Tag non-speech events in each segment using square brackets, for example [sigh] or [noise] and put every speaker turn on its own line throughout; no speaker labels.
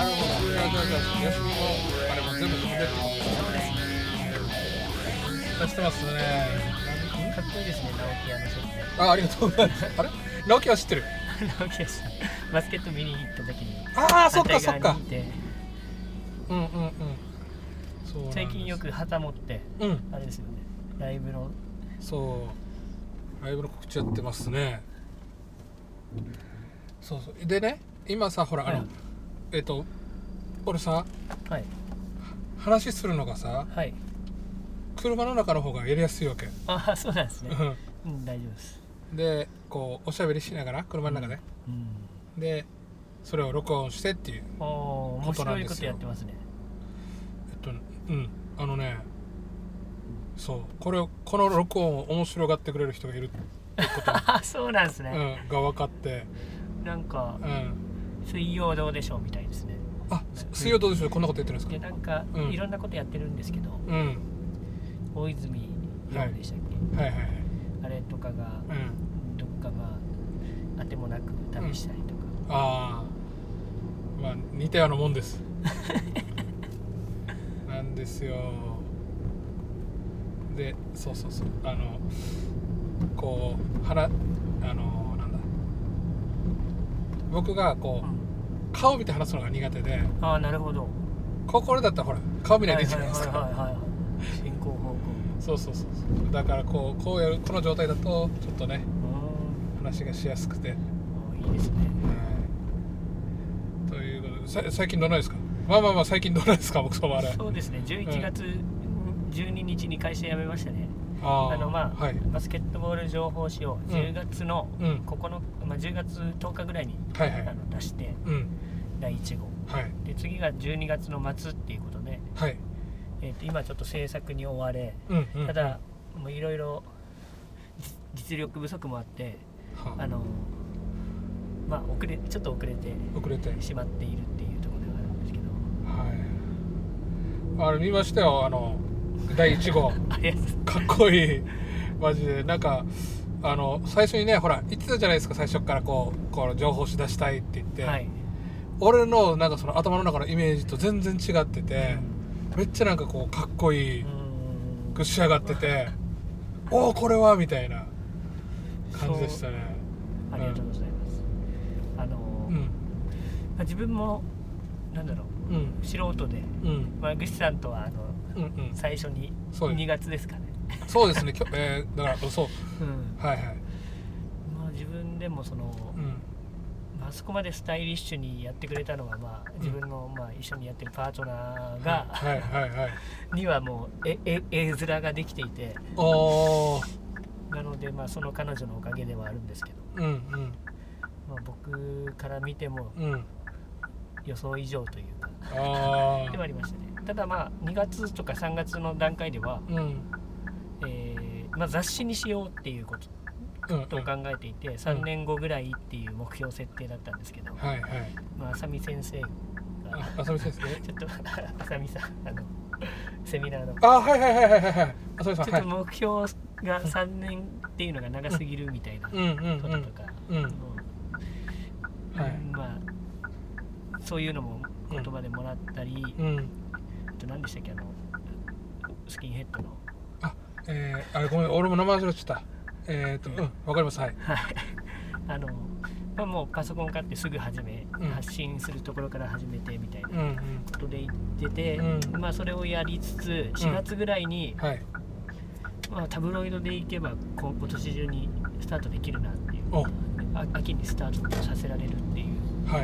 れぞれの休みもあれも全部含めってことですねしてますね
かっこいいですね、直木屋のショッ
あありがとうございますあれ直樹は知ってる
プ。 [laughs] 直木屋さん、バスケット見に行った時に。
ああそっかそ
反対
っ
側
か
にいて
うんうんうんそうなんです
最近よく旗持って、
うん
あれですよね。ライブの。
そうライブの告知やってますねそうそうでね今さほらあの、
はい
えっ、と俺さ
はい。
話するのがさ
はい。
車の中の方がやりやすいわけ、
ああ、そうなんです
う [laughs]
ね。
ん
うん、大丈夫です。
でこうおしゃべりしながら車の中で、
うん。
でそれを録音してっていう
おおー、面
ことなん
白
で
い
すよ
ことやってますね。
えっとうんあのねそうこれをこの録音を面白がってくれる人がいる、
ああ、 [laughs] そうなんで
う
すね。
ん、が分かって、
なんか
う、ん、
水曜どうでしょうみたいですね。
あす水曜どうでしょうこんなこと言ってるんです
で、
か
なんか、
うん
いろんなことやってるんですけど、
うん
大泉洋でしたっけ、
はいはいはい
あれとかが、
うん
どっかがあてもなく旅したりとか、
ああまあ似たようなもんです
[laughs]
なんですよでそうそうそうあのこうはあのなんだ僕がこう顔見て話すのが苦手で
ああなるほど
ここれだったらほら顔見
は
ないい
は
で
い
いいじ
は
ゃない
い
ですか、
はいはい進行方向
そうそうそうそうだからこうこうやるこの状態だとちょっとね話がしやすくて、は
うーんあーいいですね
い、ということでさ最近どないですかまあまあまあ最近どないですか僕そばあれ
そうですね11月12日に会社辞めましたね、
あー
あのまあ、
はい、
バスケットボール情報誌を
ん
10月の
うん
9日、まあ、10月10日ぐらいに
はいは
あ
い
の出して
うん
第1号
はい
で次が12月の末っていうことで、
はい
えー、と今ちょっと制作に追われ
うんうん
ただもういろいろ実実力不足もあって
は
あのまあ遅れちょっと遅れて
遅れてはい
しまっているっていうところではあるんですけど
あれ見ましたよあの第1号
[laughs] ありがとうござい
かっこいいマジでなんかあの最初にねほら言ってたじゃないですか最初っからこうこう情報し出したいって言って、
ますはい
俺のなんかその頭の中のイメージと全然違っててめっちゃなんかこうかっこいいく仕上がってておおこれはみたいな感じでしたね
うーんありがとうございますあの、
う
ま
ん
あ自分もなんだろ
うん
う素人で、
うん
まあ、グシさんとはあの
うんうん
最初に
そうです
2月ですかね
そうですね、きょえー、だから、そう、
うん
はいはい。
まあ自分でもその、
うん、
まああそこまでスタイリッシュにやってくれたのはまあ自分のまあ一緒にやってるパートナーが、
はいはいはい。
にはもう絵絵絵面ができていて
おお、
なのでまあその彼女のおかげではあるんですけど、
うん
まあ、僕から見ても
うん、うん、
予想以上というか
あ
ではありましたねただまあ2月とか3月の段階では、
ー、うん、うん、
えーまあ、雑誌にしようっていうこと
うん、
と考えていて3年後ぐらいっていう目標設定だったんですけど、
はいはい。
まあ浅見先生が
あ、浅見先生ね。
ちょっと [laughs] 浅見さんあのセミナーのち
あ、はいはいはいはいはいはい。浅見さん、は
ょっ
い
と。目標が3年っていうのが長すぎるみたいなこ
うんうん
ととか。
うん、うん、
うん
はい
まあそういうのも言葉でもらったり、
うん。
あと何でしたっけあのスキンヘッドの
えー、あれ、ごめん、俺も名前忘れちゃった。えーと、うん、わかります、はい。
はいあの、まあ、もうパソコン買ってすぐ始め、
うん
発信するところから始めてみたいな
うんうん。
ことで言ってて、
うん
まあそれをやりつつ4月ぐらいに、
はい。
まあ、タブロイドで行けばこ今年中にスタートできるなっていう
お、は
あ秋にスタートさせられるっていう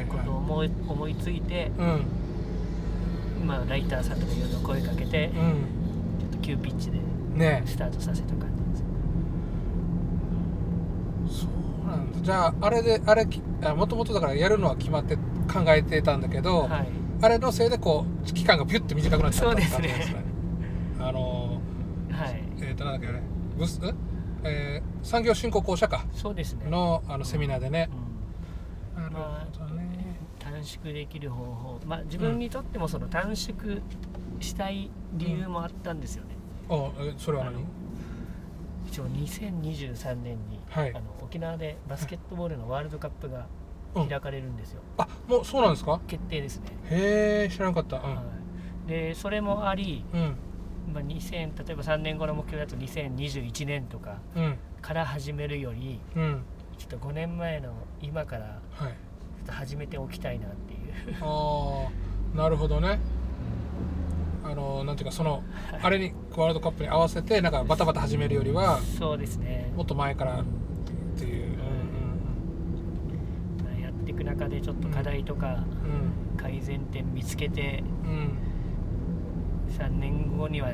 い
ことを
は
思い思いついて
い。、うん、
まあ、ライターさんとかいろいろ声かけて、ちょっと急ピッチで
うん。ねえ。
スタートさせた感じです。
そうなんだ。じゃあ、あれで、あれき、もともとだからやるのは決まって考えてたんだけど、
はい、
あれのせいでこう期間がビュッて短くなっちゃったって感じなんです
そう
ね。あの
はい、
えっ、となんだっけあれ、ブスんえー産業振興公社か
そうですね。
のあのセミナーでね
う。ん
なるほどね。
短縮できる方法、まあ、自分にとってもその短縮したい理由もあったんですよね、
おえそれは
あの
何？
一応2023年に、
はい
あの沖縄でバスケットボールのワールドカップが
うん
開かれるんですよ、
あもうそうなんですか
決定ですね、
へえ知らなかったうん、
はい、でそれもあり、
うん
まあ、2000例えば3年後の目標だと2021年とか
うん
から始めるより
うん
ちょっと5年前の今から
はい
ちょっと始めておきたいなっていう、
ああなるほどねあのなんていうかそのあれにワールドカップに合わせてなんかバタバタ始めるよりは
[laughs] そうですね、
もっと前からっていう
まあやっていく中でちょっと課題とか
うんうん
改善点見つけて
うんうん
3年後には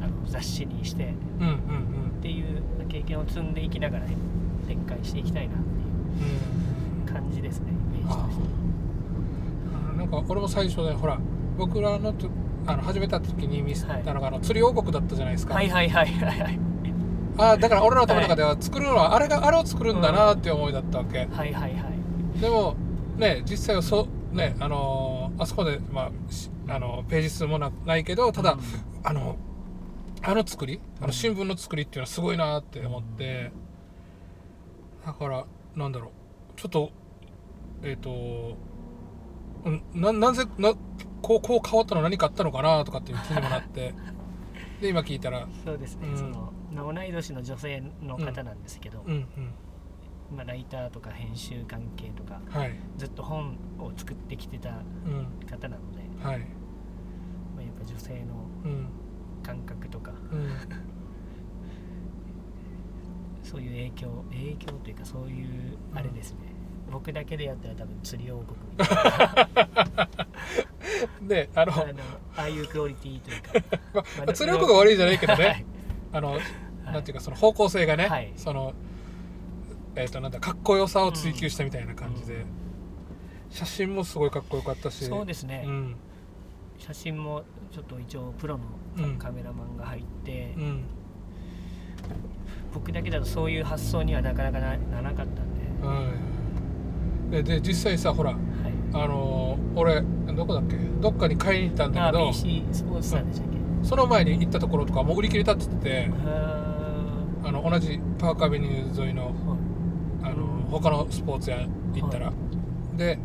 あの雑誌にして
うんうんうん
っていう経験を積んでいきながらね展開していきたいなっていう
うん
感じですねイメージ
あ
として
あなんか俺も最初でほら僕らのとあの始めた時に見せた
はい
のが、あの釣り王国だったじゃないですか、
はいはいはいはいはい
ああだから俺らの頭の中では作るのはあれがあれを作るんだなっていう思いだったわけ、
はいはいはい
でもね実際はそうねあのーあそこで、まあしあのページ数もなないけどただ、
うん
あのあの作りあ
う
の
ん
新聞の作りっていうのはすごいなって思ってだからなんだろうちょっとえっ、とうんななぜなこうこう変わったの何かあったのかなとかっていう気にもなって
[laughs]
で今聞いたら
そうですね、
うん
その同い年の女性の方なんですけど、
うん
まあ、ライターとか編集関係とか
うんはい
ずっと本を作ってきてた
うん
方なので、
はい
まあ、やっぱ女性の
うん
感覚とか
うん
そういう影響影響というかそういうあれですね、僕だけでやったら多分釣り王国みたい
であの、
なあのああいうクオリティとい
[laughs]
うか
ま
ま
あ、
あ
釣り方が悪いじゃないけど
は
ね
い
あの、なんていうかその方向性がね、
はい
そのえっ、となんだかっこよさを追求したみたいな感じで、
うんうん
写真もすごいかっこよかったし
そうですね、
うん
写真もちょっと一応プロの
うん
カメラマンが入って、
うん
僕だけだとそういう発想にはなかなかなならなかったんで、
はいでで実際さほら
はい、
あのー俺どこだっけどっかに買いに行ったんだ
あ
けど
BC スポーツさんでしたっけ、
その前に行ったところとかもう売り切れたって言ってて
あ
あの同じパークアベニュー沿いの
ーはい
あの
うん
他のスポーツ屋行ったら、で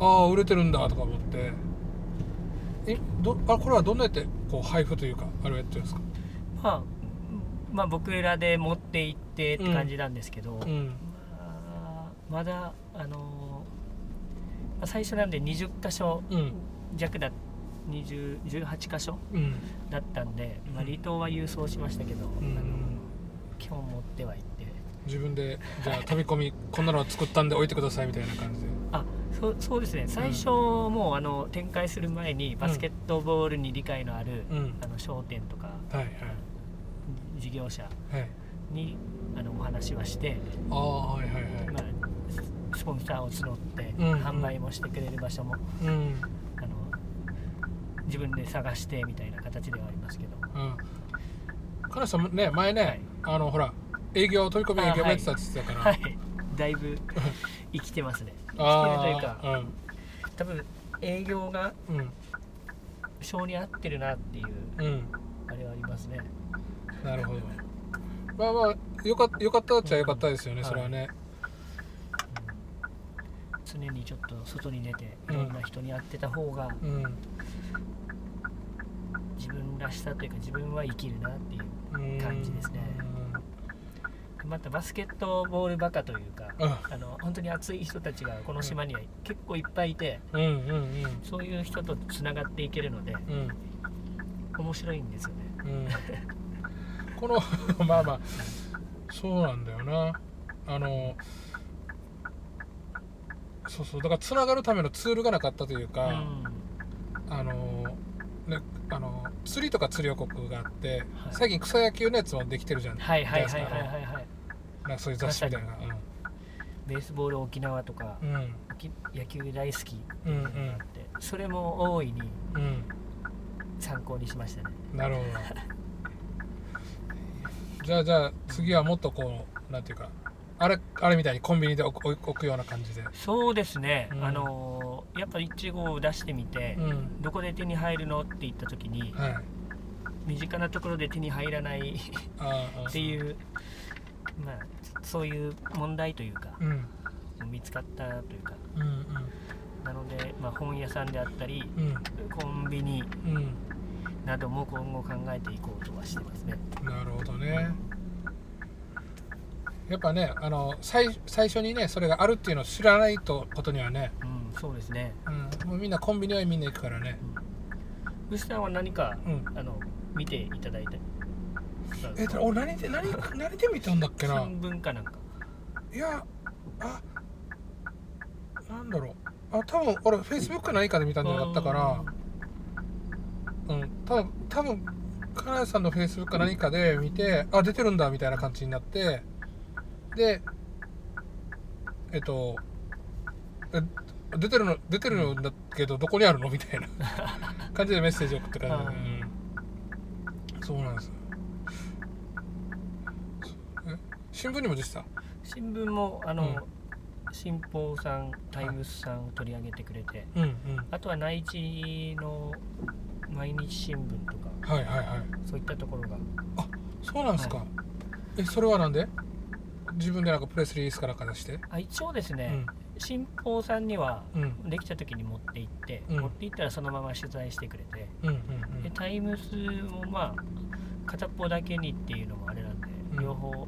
ああ売れてるんだとか思ってえどあこれはどんなやってこう配布というかあれをやってるんですか
まあ、まあ僕らで持って行ってって感じなんですけど、
うん
まあまだあのーまあ最初なんで20箇所
うん
弱だ20 18箇所
うん
だったんで、まあ、
うん
離島は郵送しましたけど、
ん
あの基本持っては行って
自分でじゃあ飛び込みこんなの作ったんで置いてくださいみたいな感じで
あそうそうですね最初もうあの展開する前にバスケットボールに理解のある、
うん
あの商店とか
はい
事業者
はいはい
にあのお話はして、
ああはいはいはい
まあ、スポンサーを募って
うん
販売もしてくれる場所も、
うんうん
あの自分で探してみたいな形ではありますけど
彼女さんもね前ね、
はい
あのほら営業飛び込み営業もやってたって言ってたか
は
ら
いだいぶ生きてますね生きてるという
あ
か
あ
多分営業が
うんうん
性に合ってるなっていう
うん
あれはありますね
なるほど。まあまあ、よかよかったっちゃよかったですよね、
うん
それはね。
常にちょっと外に出てい
うん
ろんな人に会ってた方が
うん。
自分らしさというか自分は生きるなっていう
うん
感じですねまたバスケットボールバカというか
うん
あの本当に熱い人たちがこの島には結構いっぱいいて、
うんうんうん
そういう人とつながっていけるので
うん
面白いんですよね。 [laughs]
うん。この、まあまあ、そうなんだよな。あの、そうそう、だからつながるためのツールがなかったという
う
か、
ん、
あの、ね、あの釣りとか釣り王国があって、
はい
最近草野球のやつもできてるじゃん、
はいはい
じ
は
ゃな
いはいい
ですか
はいはい。
なんかそういう雑誌みたいなのが
ベースボール沖縄とか、
うん
沖野球大好きっ
うんうん
てそれも大いに
うんうん
参考にしましたね。
なるほど。じゃあじゃあ次はもっとこうなんていうかあれあれみたいにコンビニで置く置く置くような感じで。
そうですね。
うん
あのーやっぱイチゴを出してみて。
うん。
どこで手に入るのって言った時に
はい。
身近なところで手に入らない
ああ。
っていうまあそういう問題というか
うん。
見つかったというか
うん
なので、まあ、本屋さんであったり
うん
コンビニ
うん
なども今後考えていこうとはしてますね
うんなるほどねやっぱねあの最最初にねそれがあるっていうのを知らないとことにはね、
うんそうですね
うん、もうみんなコンビニはみんな行くからね
牛さんは何か
うん
あの見ていただいた
えだ俺何で何何で見たんだっけな
新聞かなんか
いやあなんだろうあ多分俺フェイスブック何かで見たんじゃなかったからうん多分多分金谷さんのフェイスブックか何かで見てあ出てるんだみたいな感じになってでえっとえ出てるの出てるんだけどどこにあるのみ [laughs] たいな感じでメッセージ送ってから、
う
うんそうなんですよえ新聞にも出てた
新聞もあの、新報さんタイムスさんを取り上げてくれて
うんうん
あとは内地の毎日新聞とか
はいはいはい
そういったところが
そうなんですか、えそれはなんで自分でなんかプレスリリースかなんか出して、
あ一応ですね、新報さんには
うんうん
できた時に持って行って、
うん
持って行ったらそのまま取材してくれて、
うんうん
でタイムスもまあ片っぽだけにっていうのもあれなんで、
うん
両方、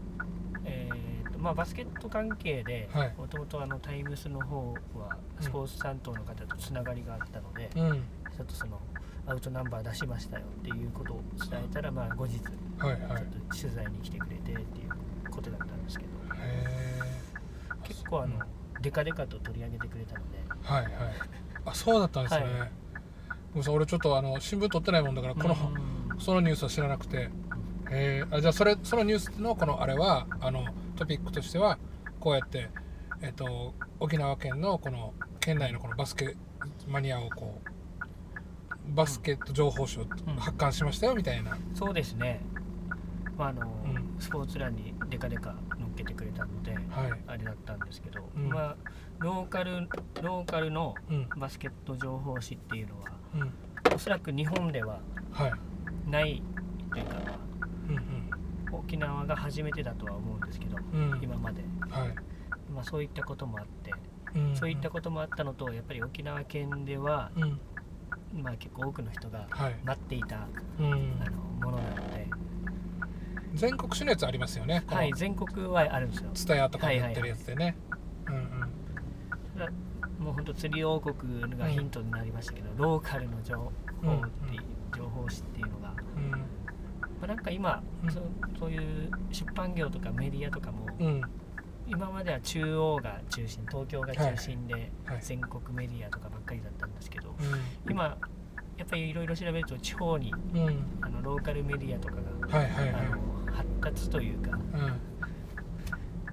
えーとまあ、バスケット関係で
はい
もともとタイムスの方はスポーツ担当の方とつながりがあったので、
うんうん
ちょっとそのアウトナンバー出しましたよっていうことを伝えたら、まあ、後日ちょ
はい
っ
はいへ
と取材に来てくれてっていうことだったんですけど
え
結構あの
うん
デカデカと取り上げてくれたので
はいはいあそうだったんですね、
はい
ごめんなさい俺ちょっとあの新聞取ってないもんだからこの、
うん
そのニュースは知らなくて、えー、あじゃあそれそのニュースのこのあれはあのトピックとしてはこうやって、えっと沖縄県のこの県内のこのバスケマニアをこうバスケット情報誌を
ん
発刊しましたよみたいな、
そうですね、まああの
ん
スポーツ欄にデカデカ乗っけてくれたので
はい、
あれだったんですけど、
うん
まあローカルローカルの
うん
バスケット情報誌っていうのは
うん、
おそらく日本では
はい、
ないというか
うん
沖縄が初めてだとは思うんですけど
うんうん、
今まで、
はい、
まあ、そういったこともあって
うん
そういったこともあったのとやっぱり沖縄県では、
と、うん、
まあ、結構多くの人が
はい、
待っていた
うん
あの、ものなので、
全国市のやつありますよね、この
はい、全国はあるんですよ
蔦屋とかでやってるやつでね、うんうん、
もうほんと釣り王国がヒントになりましたけど、ローカルの情報っていう情報誌っていうのが、まあ、なんか今、
うん
そそういう出版業とかメディアとかも、
うん、うん、
今までは中央が中心東京が中心で
はい、
全国メディアとかばっかりだったんですけど
う
今やっぱりいろいろ調べると地方に
ん、うん、
あのローカルメディアとかが、
はいはいはい
あ、の発達というか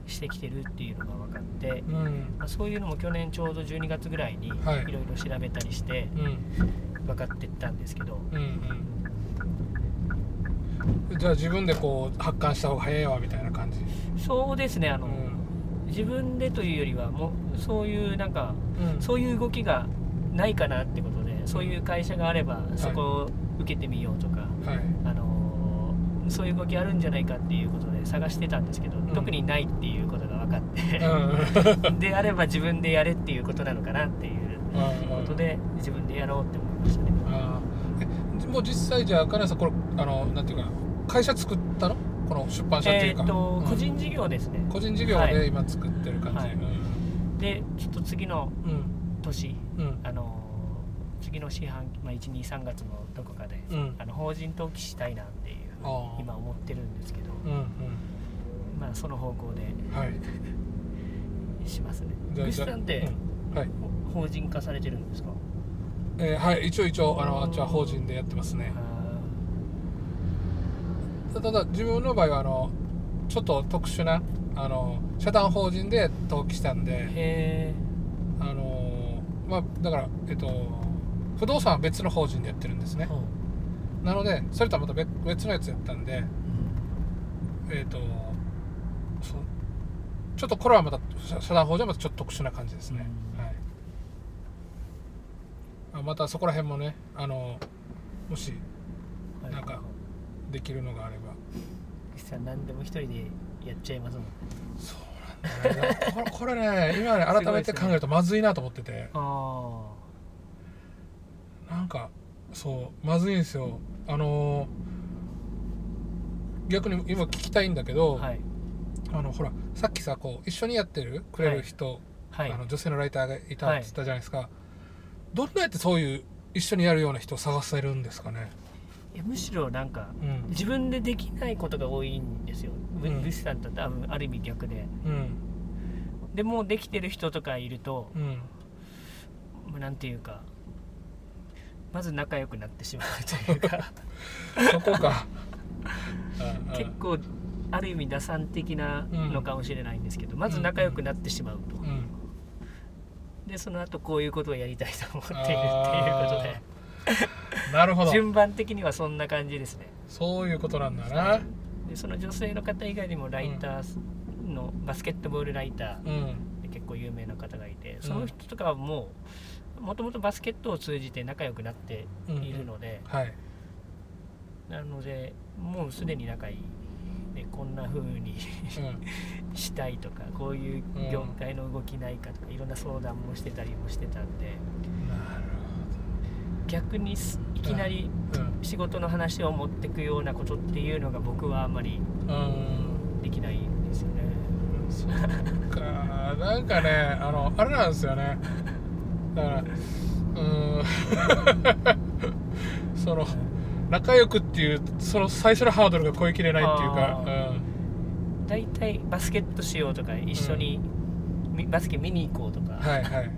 う
してきてるっていうのが分かって、
ん、うん、
まあ、そういうのも去年ちょうど12月ぐらいにいろ
はい
いろ調べたりして。
うん、
分かってったんですけど
うん、うん。じゃあ自分でこう発刊した方が早いわみたいな感じ。
そうですねあ
う
の、
ん、
自分でというよりはもうそういうなんか
うん、
そういう動きがないかなってことでそういう会社があればそこを受けてみようとか、
はい、
あのそういう動きあるんじゃないかっていうことで探してたんですけど、
ん
特にないっていうことが分か
う
っ
ん、うん、
て、であれば自分でやれっていうことなのかなっていう
う
こ
ん
と。で自分でやろうって思いましたね
あーえもう実際じゃあ金谷さんこれあのなんていうかな会社作ったのこの出版社ってい
え
う
ー
か。
っと、
うん
個人事業ですね
個人事業
は
で
い
今作ってる感じ。
はいでちょっと次の
うん、
年
うん、
あの次の四半期、まあ、123月のどこかで、
うん、うん
あの法人登記したいなっていう
あー
今思ってるんですけど、
うん、
まあ、その方向で
うん、はい。
しますね
じゃあ
グシさんって、
うんはい。
法人化されてるんですか
えーはい、一応一応あのあっちは法人でやってますね。ただ自分の場合はあのちょっと特殊なあの社団法人で登記したん
あー
で
へえ
あのまあだからえっと不動産は別の法人でやってるんですねなのでそれとはまた別別のやつやったんでえっとそうちょっとこれはまた社社団法人はまたちょっと特殊な感じですね、
うん
はいあまたそこら辺もねあのもしなんかできるのがあれば
[laughs] グシさん何でも一人でやっちゃいますもん
そうなんこれこれね今ね改めて考えるとまずいなと思ってて
あ
なんかそうまずいんですよあのー逆に今聞きたいんだけ
あ
ど、
はい
あのほらさっきさこう一緒にやってるくれる人、
はい
あの女性のライターがいたっ
は
て
い
言ったじゃないですか、どんなやってそういう一緒にやるような人を探せるんですかね
いやむしろなんか
うん
自分でできないことが多いんですよブ
うん
ブスさんと多分ある意味逆で
うん
でもうできてる人とかいると
うん
まあなんていうかまず仲良くなってしまうというか
そこ
[laughs]
か [laughs] うんうん
結構ある意味打算的なのかもしれないんですけど、まず仲良くなってしまうと、
うん
でその後こういうことをやりたいと思っているっていう [laughs] こと
あ
で
ーなるほど
順番的にはそんな感じですね
そういうことなんだな
でその女性の方以外にもライターの、バスケットボールライタ
うん
ーで結構有名な方がいてその人とかはもうもともとバスケットを通じて仲良くなって
うん
いるので、
はい
なのでもうすでに仲いい、ね、こんな風に [laughs]
う
したいとかこういう業界の動きないかとかいろんな相談もしてたりもしてたんで
んなる
逆にすいきなり
ほど
仕事の話を持ってくようなことっていうのが僕はあんまり
うん
できないんですよね。
うんそっかなんかねあのあれなんですよねだからうーん [laughs] その仲良くっていうその最初のハードルが超えきれないっていうか
あーだいたいバスケットしようとか一緒にみバスケ見に行こうと
う
か、
ん、はいはい、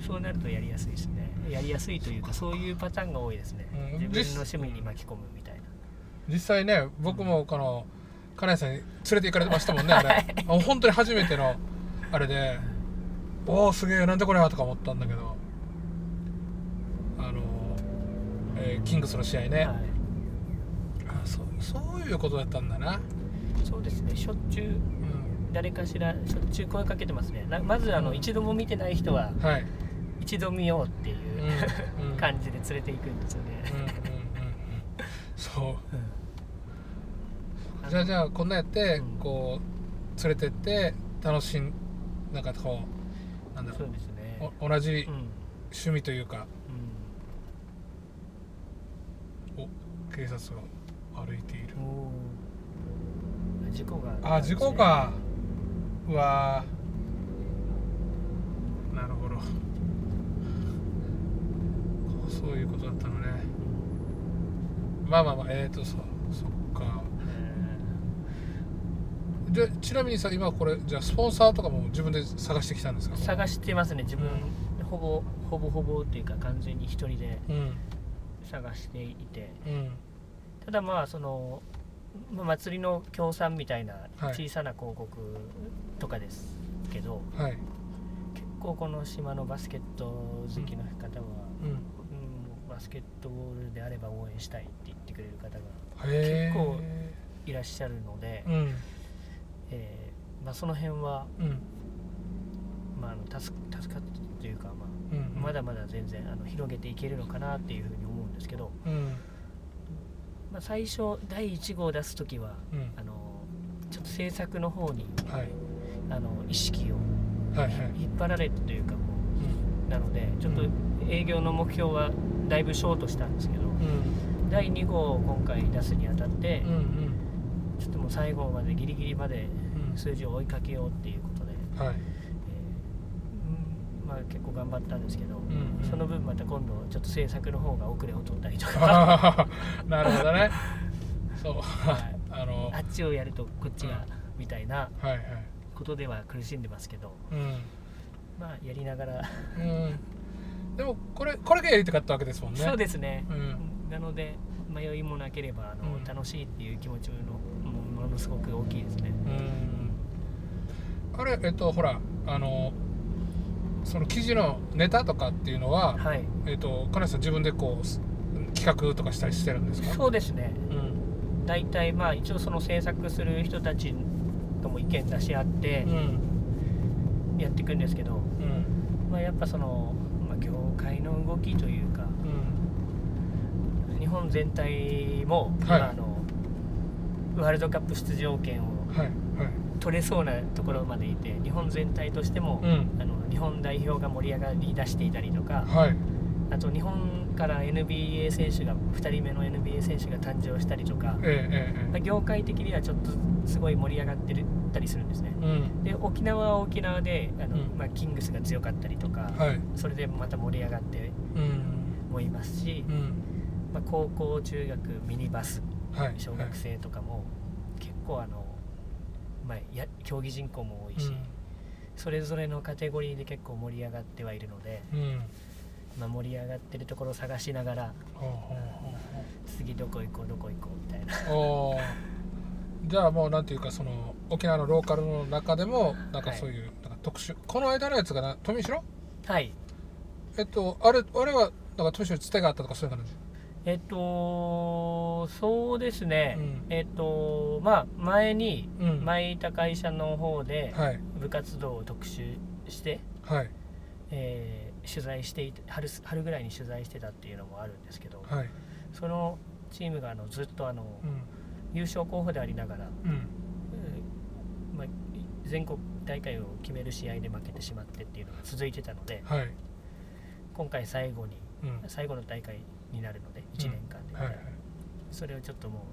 そうなるとやりやすいですねやりやすいというかそういうパターンが多いですね、
うん
自分の趣味に巻き込むみたいな
実際ね僕もこの金谷さんに連れて行かれてましたもんねあれあ本当に初めてのあれでおおすげえなんでこれはとか思ったんだけどあの、えーキングスの試合ね、
はい
あそうそういうことだったんだな、
そうですねしょっちゅう
うん、
誰かしらしょっちゅう声かけてますねなまずあの、一度も見てない人は
はい、
一度見ようっていうう、
んうん、
感じで連れていくんですよね
うん、うんうんうんそう
あの
じゃあじゃあこんなんやって、
うん
こう連れてって楽しんなんかこうなんだ
そ
ろ
うですね
うお同じ
うん、うん
趣味というか、警察が歩いている
おー事故が
あ事故かうわーなるほどこうそういうことだったのねまあまあまあえーとそそっかでちなみにさ今これじゃあスポンサーとかも自分で探してきたんですか
探してますね自分、
う
ほぼほぼほぼっていうか完全に一人で
うん
探していて
うん
ただまあそのまあ祭りの協賛みたいな
はい
小さな広告とかですけど、
はい
結構この島のバスケット好きの方は、
うん
うん、バスケットボールであれば応援したいって言ってくれる方が
へえ
結構いらっしゃるので、
うん
えーまあ、その辺は、
うん
まあ、あの助助かってというか、まあ、
うん
まだまだ全然あの広げていけるのかなっていうふうに思うんですけど、
うん
まあ、最初第1号を出す時は
うん
あのちょっと制作の方に
はい
あの意識を
はいはい
引っ張られるというかも
うん
うなのでちょっと営業の目標はだいぶショートしたんですけど
うん
第2号を今回出すにあたって
うんうん
ちょっともう最後までギリギリまで
うん
数字を追いかけようっていうことで、
はい
えーうんまあ、結構頑張ったんですけど、
んうん
その分また今度ちょっと制作の方が遅れを取ったりとか、
あー [laughs] なるほどねそう
はい
[laughs] あの
あっちをやるとこっちがみたいな
はいはい
ことでは苦しんでますけど、
うん
まあ、やりながら、
うんでもこれこれがやりたかったわけですもんね
そうですね、
うん
なので迷いもなければあの、
うん
楽しいっていう気持ちのもものすごく大きいですね。
うんあれえっとほらあのその記事のネタとかっていうのは、
はい、
えっと金井さん自分でこうす企画とかしたりしてるんですか
そうですね
うん
大体まあ一応その制作する人たちとも意見出し合って
うん
やっていくんですけど、
うん
まあ、やっぱその、まあ、業界の動きというか
うん
日本全体も、
はい
今あのワールドカップ出場権を
はいはい
取取れそうなところまでいて日本全体としても、
うん
あの日本代表が盛り上がり出していたりとか
はい
あと日本から NBA 選手が2人目の NBA 選手が誕生したりとか
え、ええ
まあ
え
業界的にはちょっとすごい盛り上がってるたりするんですね
えうん
で沖縄は沖縄であの、
うん
まあ、キングスが強かったりとか、
はい
それでまた盛り上がって
うん
もいますし
う、ん
まあ、高校中学ミニバス
はい
小
はい
学生とかも結構あの、まあ、や競技人口も多いし、それぞれのカテゴリーで結構盛り上がってはいるので、
うんうん
まあ、盛り上がってるところを探しながら
ほうほうほうほう
次どこ行こうどこ行こうみたいな
おーじゃあもうなんていうかその沖縄のローカルの中でもなんか
はい
そういうなんか特殊、この間のやつがな富城
はい
えっとあれあれはなんか富城つてがあったとかそういう感じ
えっとそうですね、
うん
えっとまあ前に
うん
前いた会社の方で
はい
部活動を特集して、
はい
えー取材していて春す春ぐらいに取材してたっていうのもあるんですけど、
はい
そのチームがあのずっとあの、
うん
優勝候補でありながら、
うん
うんまあ、全国大会を決める試合で負けてしまってっていうのが続いてたので
はい
今回最後に
うん
最後の大会になるので1年間で、
はいはい
それをちょっとも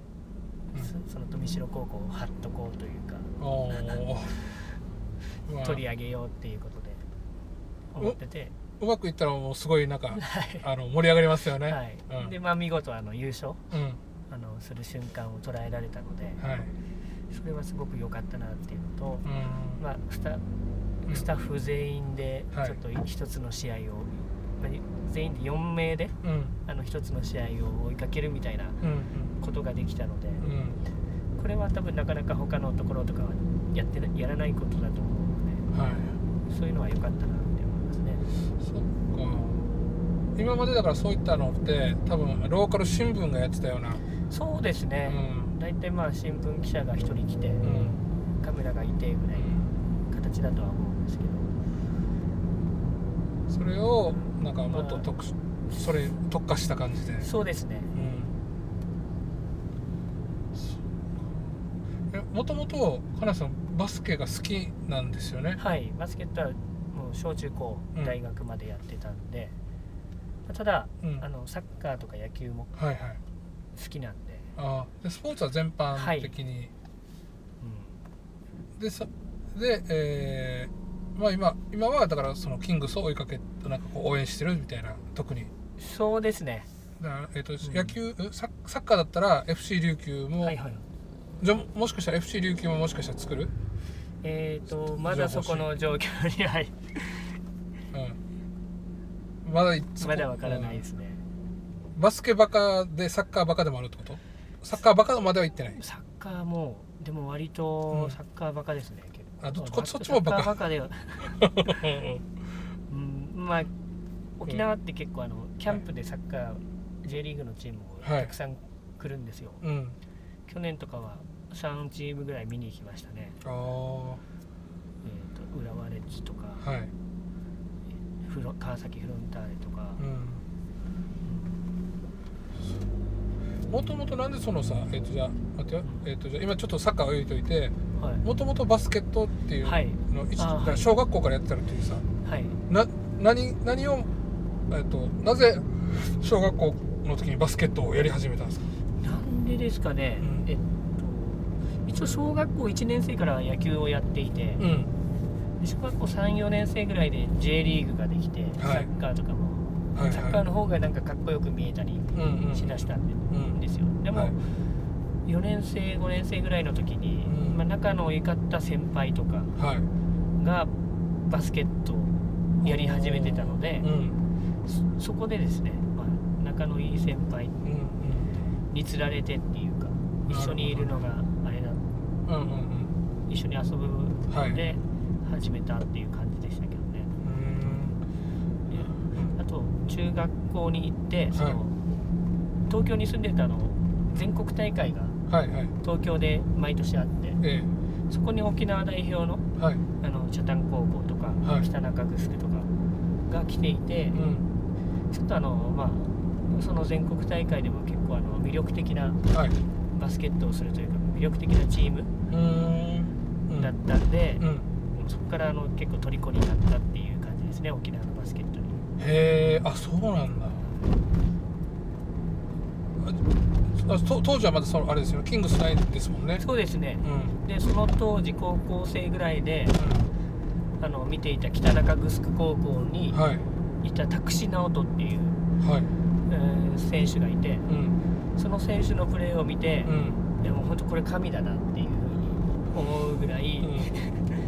う
う、
ん
そその富城高校を張っとこうというか
おーうわ
取り上げようっていうことで思ってて、
うまくいったらもうすごいなんか
はい
あの盛り上がりますよね、
はい
うん
でまあ見事あの優勝
うん
あのする瞬間を捉えられたので
はい
それはすごく良かったなっていうのと、
うん
まあ、スタ
うん
スタッフ全員で
はい
ちょっと一つの試合を、まあ全員で4名で
うん
あの一つの試合を追いかけるみたいな
うん
ことができたので、
うん
これは多分なかなか他のところとかはやってなやらないことだと思う
うんはい
のでそういうのは良かったなって思いますね。
そっか今までだからそういったのって多分ローカル新聞がやってたような
そうです
う
ね、
ん
大体まあ新聞記者が1人来て
うん
カメラがいてぐらいの形だとは思うんですけど
それをなんかもっと特殊それに特化した感じで
そうですね
もともと花さんバスケが好きなんですよね
はいバスケットはもう小中高
うん
大学までやってたんで、まあただ
うん
あ
はい
のサッカーとか野球も
はい
好きなんで、
あーでスポーツは全般的に、
う
でそで、えーまあ今今はだからそのキングスを追いかけなんかこう応援してるみたいな特に
ん、そうですね
だから、えーと
ん
野球えサッサッカーだったら FC 琉球も、
はいはい
じゃもしかしたら FC 琉球ももしかしたら作る、
えっ、とまだそこの状況にはい
うん、まだいそこ
まだわからないですね
うんバスケバカでサッカーバカでもあるってことサッカーバカまでは行ってない
サッカーもでも割
う
と
ん
サッカーバカですね、結構
あどっちこっちそっちもバカ
サッカーバカでは、
[laughs]
うん、まあ沖縄って結構あのキャンプでサッカー、J リーグのチームを
はい
たくさん来るんですよ、
うん
去年とかは3チームぐらい見に行きましたね、
ああは
えー、と浦和レッズとか、
い
フロ川崎フロンターレとか、
うんもともとなんでそのさえっ、とじゃあ待ってよえっ、とじゃあ今ちょっとサッカー置いといて
はい
もともとバスケットっていう
はい
の一だ
あー
から
はい
小学校からやってたっていうさ
はい
な何何をえっ、となぜ小学校の時にバスケットをやり始めたんですか
なんでですかね、
うん
えっと一応小学校1年生から野球をやっていて、
うん
小学校34年生ぐらいで J リーグができて、サッカーとかも
はい
サッカーの方がなんかかっこよく見えたり
うんうん
しだしたんで,、
うん
ですよでも、
はい
4年生5年生ぐらいの時に、
うん
まあ、仲の良かった先輩とか
はい
がバスケットをやり始めてたので
う、ん
そそこでですね、まあ、仲のいい先輩
うん
につられてっていうか
なるほど
一緒にいるのがあれだ
うんうんうん
一緒に遊ぶ
うんはい
ので始めたっていう感じでしたけどね、
うーん
あと中学校に行ってその、東京に住んでたあの全国大会が
はいはい
東京で毎年あって
え
そこに沖縄代表の
えはい
あの北谷高校とか、
はい
北中城とかが来ていて、
うん
ちょっとあのまあその全国大会でも結構あの魅力的な
はい
バスケットをするというか魅力的なチーム
うーんうん
だったんで、
うん
そこからあの結構虜になったっていう感じですね沖縄のバスケットに
へえあそうなんだああと当時はまだそのあれですよねキングスないですもんね
そうですね
うんうん
でその当時高校生ぐらいであの見ていた北中城高校に
はい
いたタクシナオトっていう、
はい
えー選手がいて
うん
その選手のプレーを見て
う、ん
でも本当これ神だなっていうふうに思うぐらい、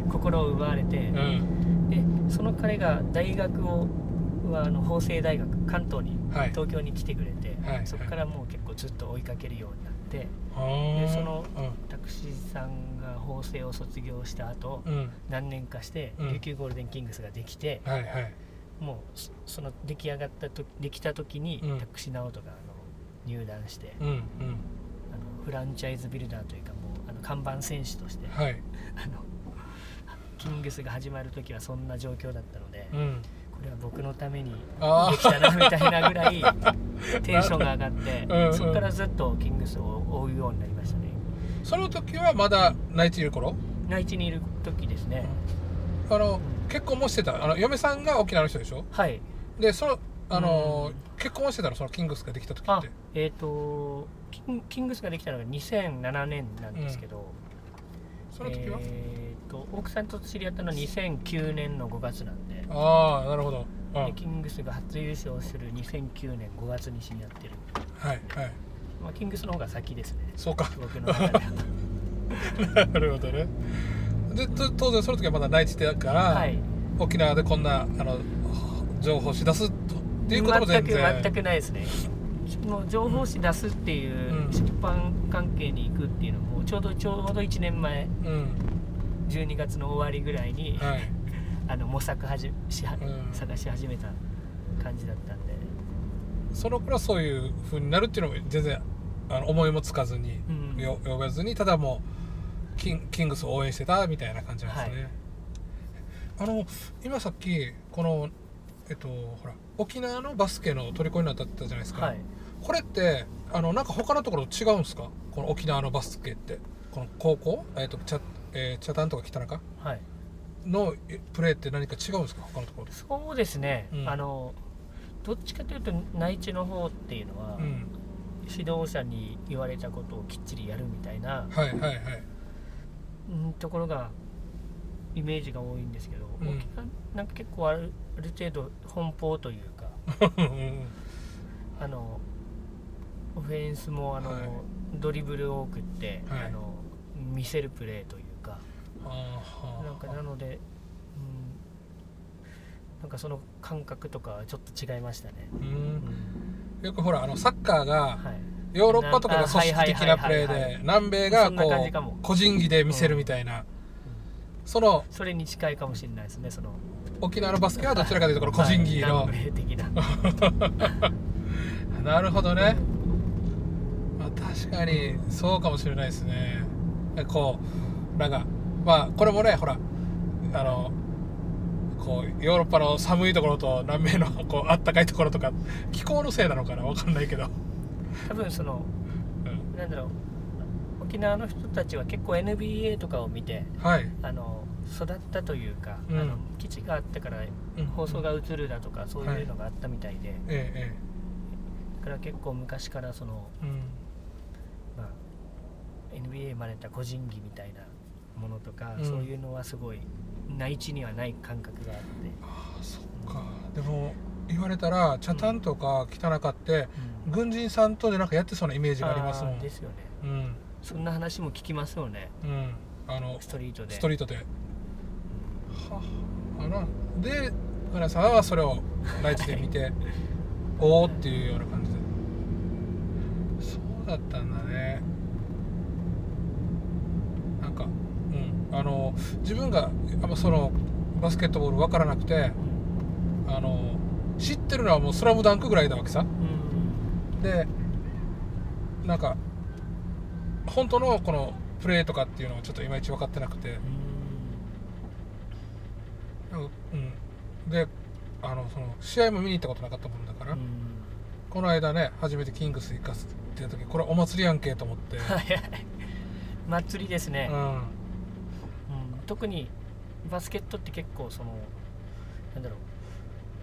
う
心を奪われて、
んうん
でその彼が大学をはあの法政大学関東に
はい
東京に来てくれて、
はい
そこからもう結構ずっと追いかけるようになって
あー
でその
うん
タクシーさんが法政を卒業した後
うん
何年かして
うん
琉球ゴールデンキングスができて、
はいはい
もうそその出来上がったとできた時に、
うん
タクシー直人があの入団して、
うんうん
あのフランチャイズビルダーというかもうあの看板選手として
はい
あのキングスが始まる時はそんな状況だったので、
うん
これは僕のために
あ
できたなみたいなぐ
[laughs]
らいテンションが上がって
うんうん
そこからずっとキングスを追うようになりましたね
ーその時はまだ内地いる頃
内地にいる時ですね、
あの結婚もしてたあの嫁さんが沖縄の人でしょ
はい
でそのあのー
う
結婚はしてたのそのキングスができた時っ
あ
て
えっ、とキンキングスができたのが2007年なんですけど、
その時は、
えっ、と奥さんと知り合ったのは2009年の5月なんで
ああなるほど、うん、は
で
い
キングスが初優勝する2009年5月に知り合ってる、
はい
まあ、キングスの方が先ですね
そうか [laughs]
僕の中では
なるほどねでと当然その時はまだ内地だから、
はい
沖縄でこんなあの情報をし出すとっていうことも全然
全く全くないですねもう情報誌出すっていう、
うん
出版関係に行くっていうのもちょうどちょうど1年前
うん
12月の終わりぐらいに、
はい
あの模索はじしは、
うん
探し始めた感じだったんで、
その頃そういう風になるっていうのも全然あの思いもつかずに、
うん
よ呼べずにただもうキンキングスを応援してたみたいな感じなんですね、あの今さっきこのえっとほら沖縄のバスケの虜になったって言ったじゃないですか、
はい
これってあのなんか他のところと違うんですかこの沖縄のバスケってこの高校えっと茶,、えー、茶壇とか北中
はい
のえプレーって何か違うんですか他のところと
そうですね、
うん
あのどっちかというと内地の方っていうのは、
うん
指導者に言われたことをきっちりやるみたいな、
はいはいはい [laughs]
うん、ところがイメージが多いんですけど、
うん
沖縄なんか結構あるある程度奔放というか
うん
あのオフェンスもあの、
はい
ドリブル多くって、
はい
あの見せるプレーというか
あーはー
なんかなので、うん、なんかその感覚とかはちょっと違いましたね。
うん
うん
よくほらあのサッカーが
はい
ヨーロッパとかが組織的なプレー
はいはいはいはい
で
はい
南米が
そんな感
こ
じかも
う個人技で見せるみたいな、その
それに近いかもしれないですね、その
沖縄のバスケはどちらかというとこの個人技の、
はい南米的な。
[laughs] なるほどね、まあ、確かにそうかもしれないですねこうなんかまあこれもねほらあのこうヨーロッパの寒いところと南米の [laughs] こうあったかいところとか気候のせいなのかなわかんないけど、
多分その
うん、
なんだろう沖縄の人たちは結構 NBA とかを見て
はい、
あの育ったというか、
うん
あの基地があったから
うん
放送が映るだとかそういうのがあったみたいで、
ええ
だから結構昔からその、
ええうん
まあ、NBA まれた個人技みたいなものとか、
うん
そういうのはすごい内地にはない感覚があって、
あそっかでも言われたら茶炭とか北中って
うん
軍人さんとでなんかやってそうなイメージがありますも
あー
ん
ですよね
うん
そんな話も聞きますよね
うんあの
ストリートで
ストリートではあらで金さんはそれをライチで見ておおっていうような感じでそうだったんだねなんかうんあの自分があんまそのバスケットボール分からなくてあの知ってるのはもう「スラムダンクぐらいだわけさ
うん
でなんか本当のこのプレーとかっていうのをちょっといまいち分かってなくてうん、であのその試合も見に行ったことなかったもんだから、
うん [laughs] うん
この間ね初めてキングス行かせてた時これお祭りやんけと思って、
はいはい祭りですね、
うん、
うん特にバスケットって結構そのなんだろう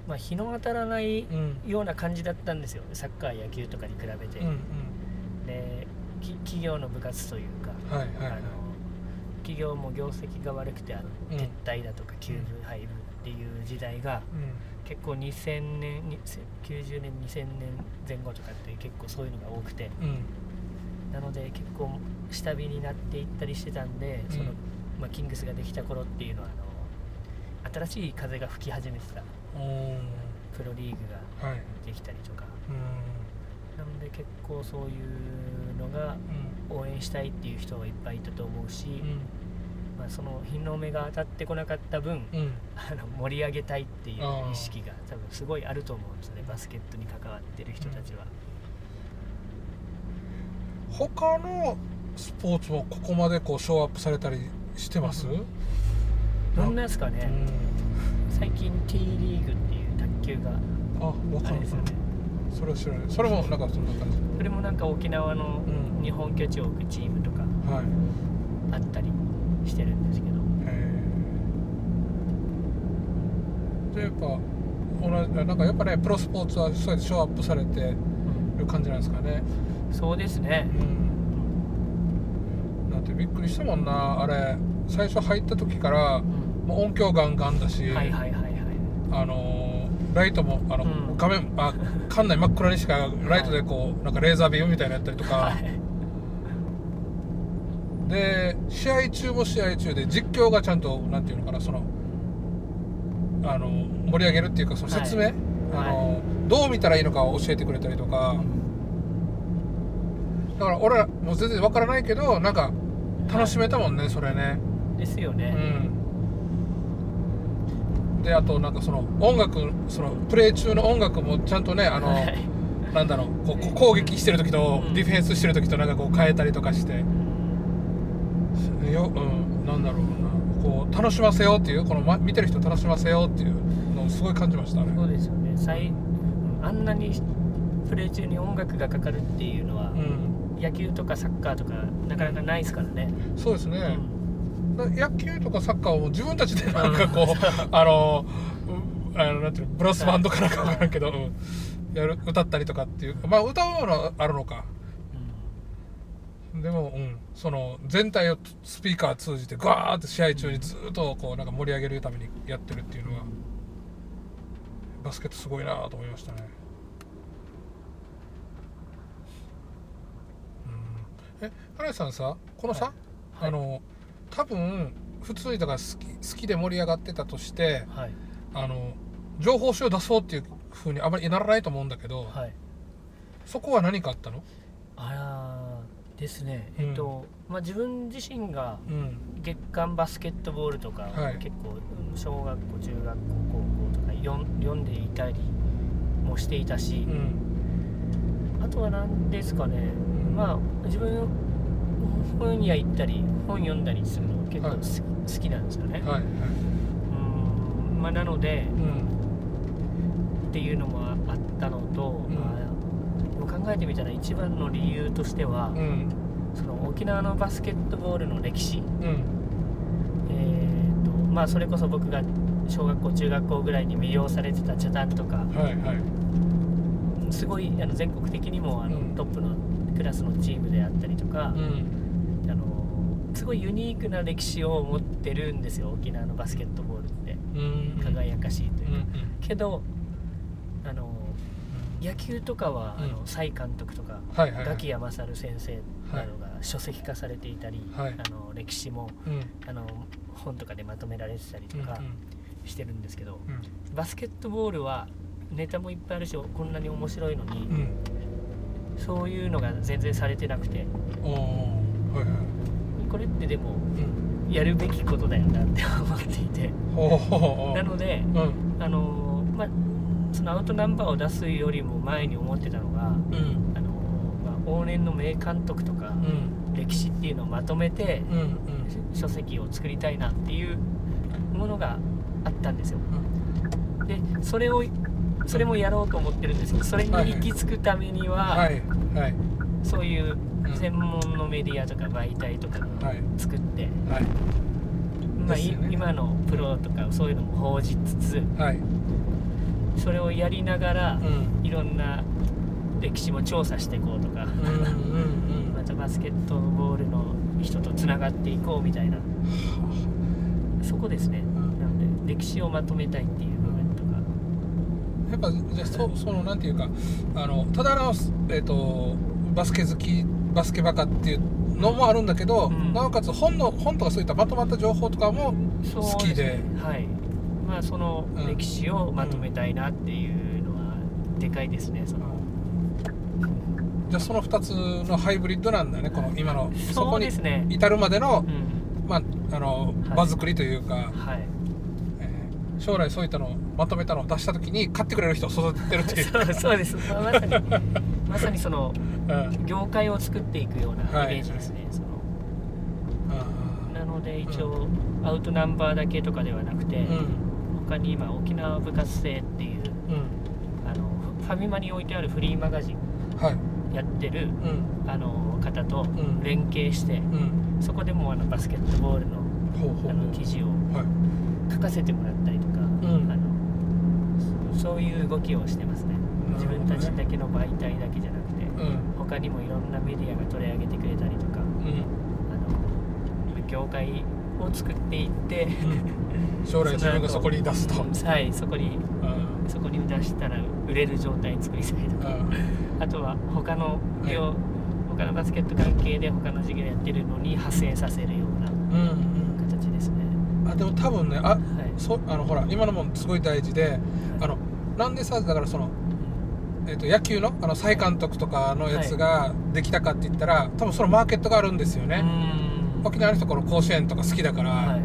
まあ日の当たらない
うん
ような感じだったんですよサッカー野球とかに比べて、
うん
でき企業の部活というか、
うんはいはい
あ
は
の
い
企業も業績が悪くてあの
うん
撤退だとか休部廃部っていう時代が結構2000年に90年2000年前後とかって結構そういうのが多くて
うんうん
なので結構下火になっていったりしてたんで、その
うん
まあ、キングスができた頃っていうのはあの新しい風が吹き始めてた
おー
プロリーグが
はい
できたりとか
うん
なので結構そういうのが応援したいっていう人がいっぱいいたと思うし、まあ、その日の目が当たってこなかった分
うんうん
あの盛り上げたいっていう
あー
意識が多分すごいあると思うんですよねバスケットに関わってる人たちは。
他のスポーツもここまでこうショーアップされたりしてます、
うんどんなですかね、最近 T リーグっていう卓球が
あ、わ
あ
か
れ
る
ですよね。
それは知らない。それもなんかそんな感じ。
それもなんか沖縄の
うん
日本拠地を置くチームとか
はい。
あったりしてるんですけど
えー、じゃあやっぱ同じなんかやっぱねプロスポーツはそうやってショーアップされてる感じなんですかね。
そうですね
うん。なんてびっくりしたもんなあれ最初入った時から
うん
もう音響ガンガンだし、
はいはいはいはい
あのーライトもあの、
うん
画面あ館内真っ暗にしかライトでこうなんかレーザービームみたいなのやったりとか。
はい
で試合中も試合中で実況がちゃんとなんていうのかなそのあの盛り上げるっていうかその説明、
はい
あのどう見たらいいのかを教えてくれたりとかだから俺らもう全然わからないけどなんか楽しめたもんねそれね
ですよ
う
ね、
んであとなんかその音楽そのプレー中の音楽もちゃんとねあの、
はい
なんだろうこうこう攻撃してる時と
うん
ディフェンスしてる時となんかこう変えたりとかしてよ、うん、なんだろうなこう楽しませようっていうこの、ま、見てる人を楽しませようっていうのをすごい感じましたね
そうですよね最あんなにプレー中に音楽がかかるっていうのは、
うん
野球とかサッカーとかなかなかないですからね、
そうですね、
うん
だ野球とかサッカーを自分たちでなんかこう [laughs] あのうあのなんていうのブラスバンドかなんかわからんけど、うんやる歌ったりとかっていうまあ歌うのはあるのかでも、うん、その全体をスピーカー通じてガーって試合中にずっとこうなんか盛り上げるためにやってるっていうのはバスケットすごいなと思いましたね。うん、え原西さんさこのさ、
はい
あの多分普通にだから好き好きで盛り上がってたとして
はい
あの情報誌を出そうっていうふうにあまりならないと思うんだけど、
はい
そこは何かあったの、
あらですね
うん
えっと、まあ自分自身が
うん
月間バスケットボールとか、
はい
結構うん小学校中学校高校とか読ん読んでいたりもしていたし
う、ん
あとは何ですかねまあ自分本屋行ったり本読んだりするのが結構
はい
す好きなんですよ
は
ね、
いはい、
うんまあ、なので
うん
っていうのもあったのと、
うん
まあでも考えてみたら一番の理由としては、
うん
その沖縄のバスケットボールの歴史、
うん
えーとまあ、それこそ僕が小学校中学校ぐらいに魅了されてたチャタンとか
はいはい
すごいあの全国的にもあの、
うん
トップのクラスのチームであったりとか
う、ん
あのすごいユニークな歴史を持ってるんですよ沖縄のバスケットボールって
うん
輝かしいといううか、
ん
けどあの野球とかは、あ
う
の
ん
蔡監督とか
はいはい
ガキヤマサル先生などが書籍化されていたり、
はい
あの歴史も
うん
あの本とかでまとめられてたりと
うん
かしてるんですけど、
うん
バスケットボールはネタもいっぱいあるしこんなに面白いのに、
うん
そういうのが全然されてなくて
おおはいはい
これってでも
うん
やるべきことだよなって思っていて
ほうほうほ
なので
ううん
あの、まあ、そのアウトナンバーを出すよりも前に思ってたのが
うん
あの、まあ、往年の名監督とか
うん
歴史っていうのをまとめて、
うんうん
書籍を作りたいなっていうものがあったんですよ。でそれをそれもやろうと思ってるんですけどそれに行き着くためには、
はいはい
そういう専門のメディアとか媒体とかを
はい
作って、
はい
まあ、
です
い
よね
今のプロとかそういうのも報じつつ
はい、
それをやりながら
うん、うん
いろんな歴史も調査していこうとか、
うん
[laughs] またバスケットボールの人とつながっていこうみたいなそこですねなので歴史をまとめたいっていう部分とか
うんやっぱじゃあそそのなんていうかあのただの、えっとバスケ好きバスケバカっていうのもあるんだけど、
うん
なおかつ本の本とかそういったまとまった情報とかも
そう
好きで
はいまあその
うん
歴史をまとめたいなっていうのはでかいですねその
じゃあその2つのハイブリッドなんだよねこの今のそ
そ
こ
う
に
ですね
至るまでの
う、ん
まあ、あの
はい
場作りというか、
はい
えー将来そういったのをまとめたのを出した時に買ってくれる人を育ててるっていう、
そうそうです、 [laughs] まあまさにまさにその
うんうん
業界を作っていくようなイメージですね、そのなので一応アウトナンバーだけとかではなくて、
うん
他に今沖縄部活生っていう
うん
あのファミマに置いてあるフリーマガジン
はい
やってる
うん
あの方と
ん
連携して、
うん
そこでもあのバスケットボールの
ほうほうほう
あの記事を
はい
書かせてもらったりとか、
ん
あのそそういう動きをしてますね
な
自
るほどね
分たちだけの媒体だけじゃなくて
うん
他にもいろんなメディアが取り上げてくれたりと
うん
かあの業界を作っていって、 [laughs]
将来自分がそこに出すと、
はいそこに
うん
そこに出したら売れる状態作りたいと
う
か、
ん
あとは他の
はい
業、他のバスケット関係で他の事業やってるのに派生させるような
うん
形ですね。
うんあでも多分ねあ
はい。
そあのほら今のもすごい大事であのなんでさだからそのえっと野球のあの再監督とかのやつができたかって言ったら、多分そのマーケットがあるんですよ
う
ね、
ん。
沖縄の人この甲子園とか好きだから、
は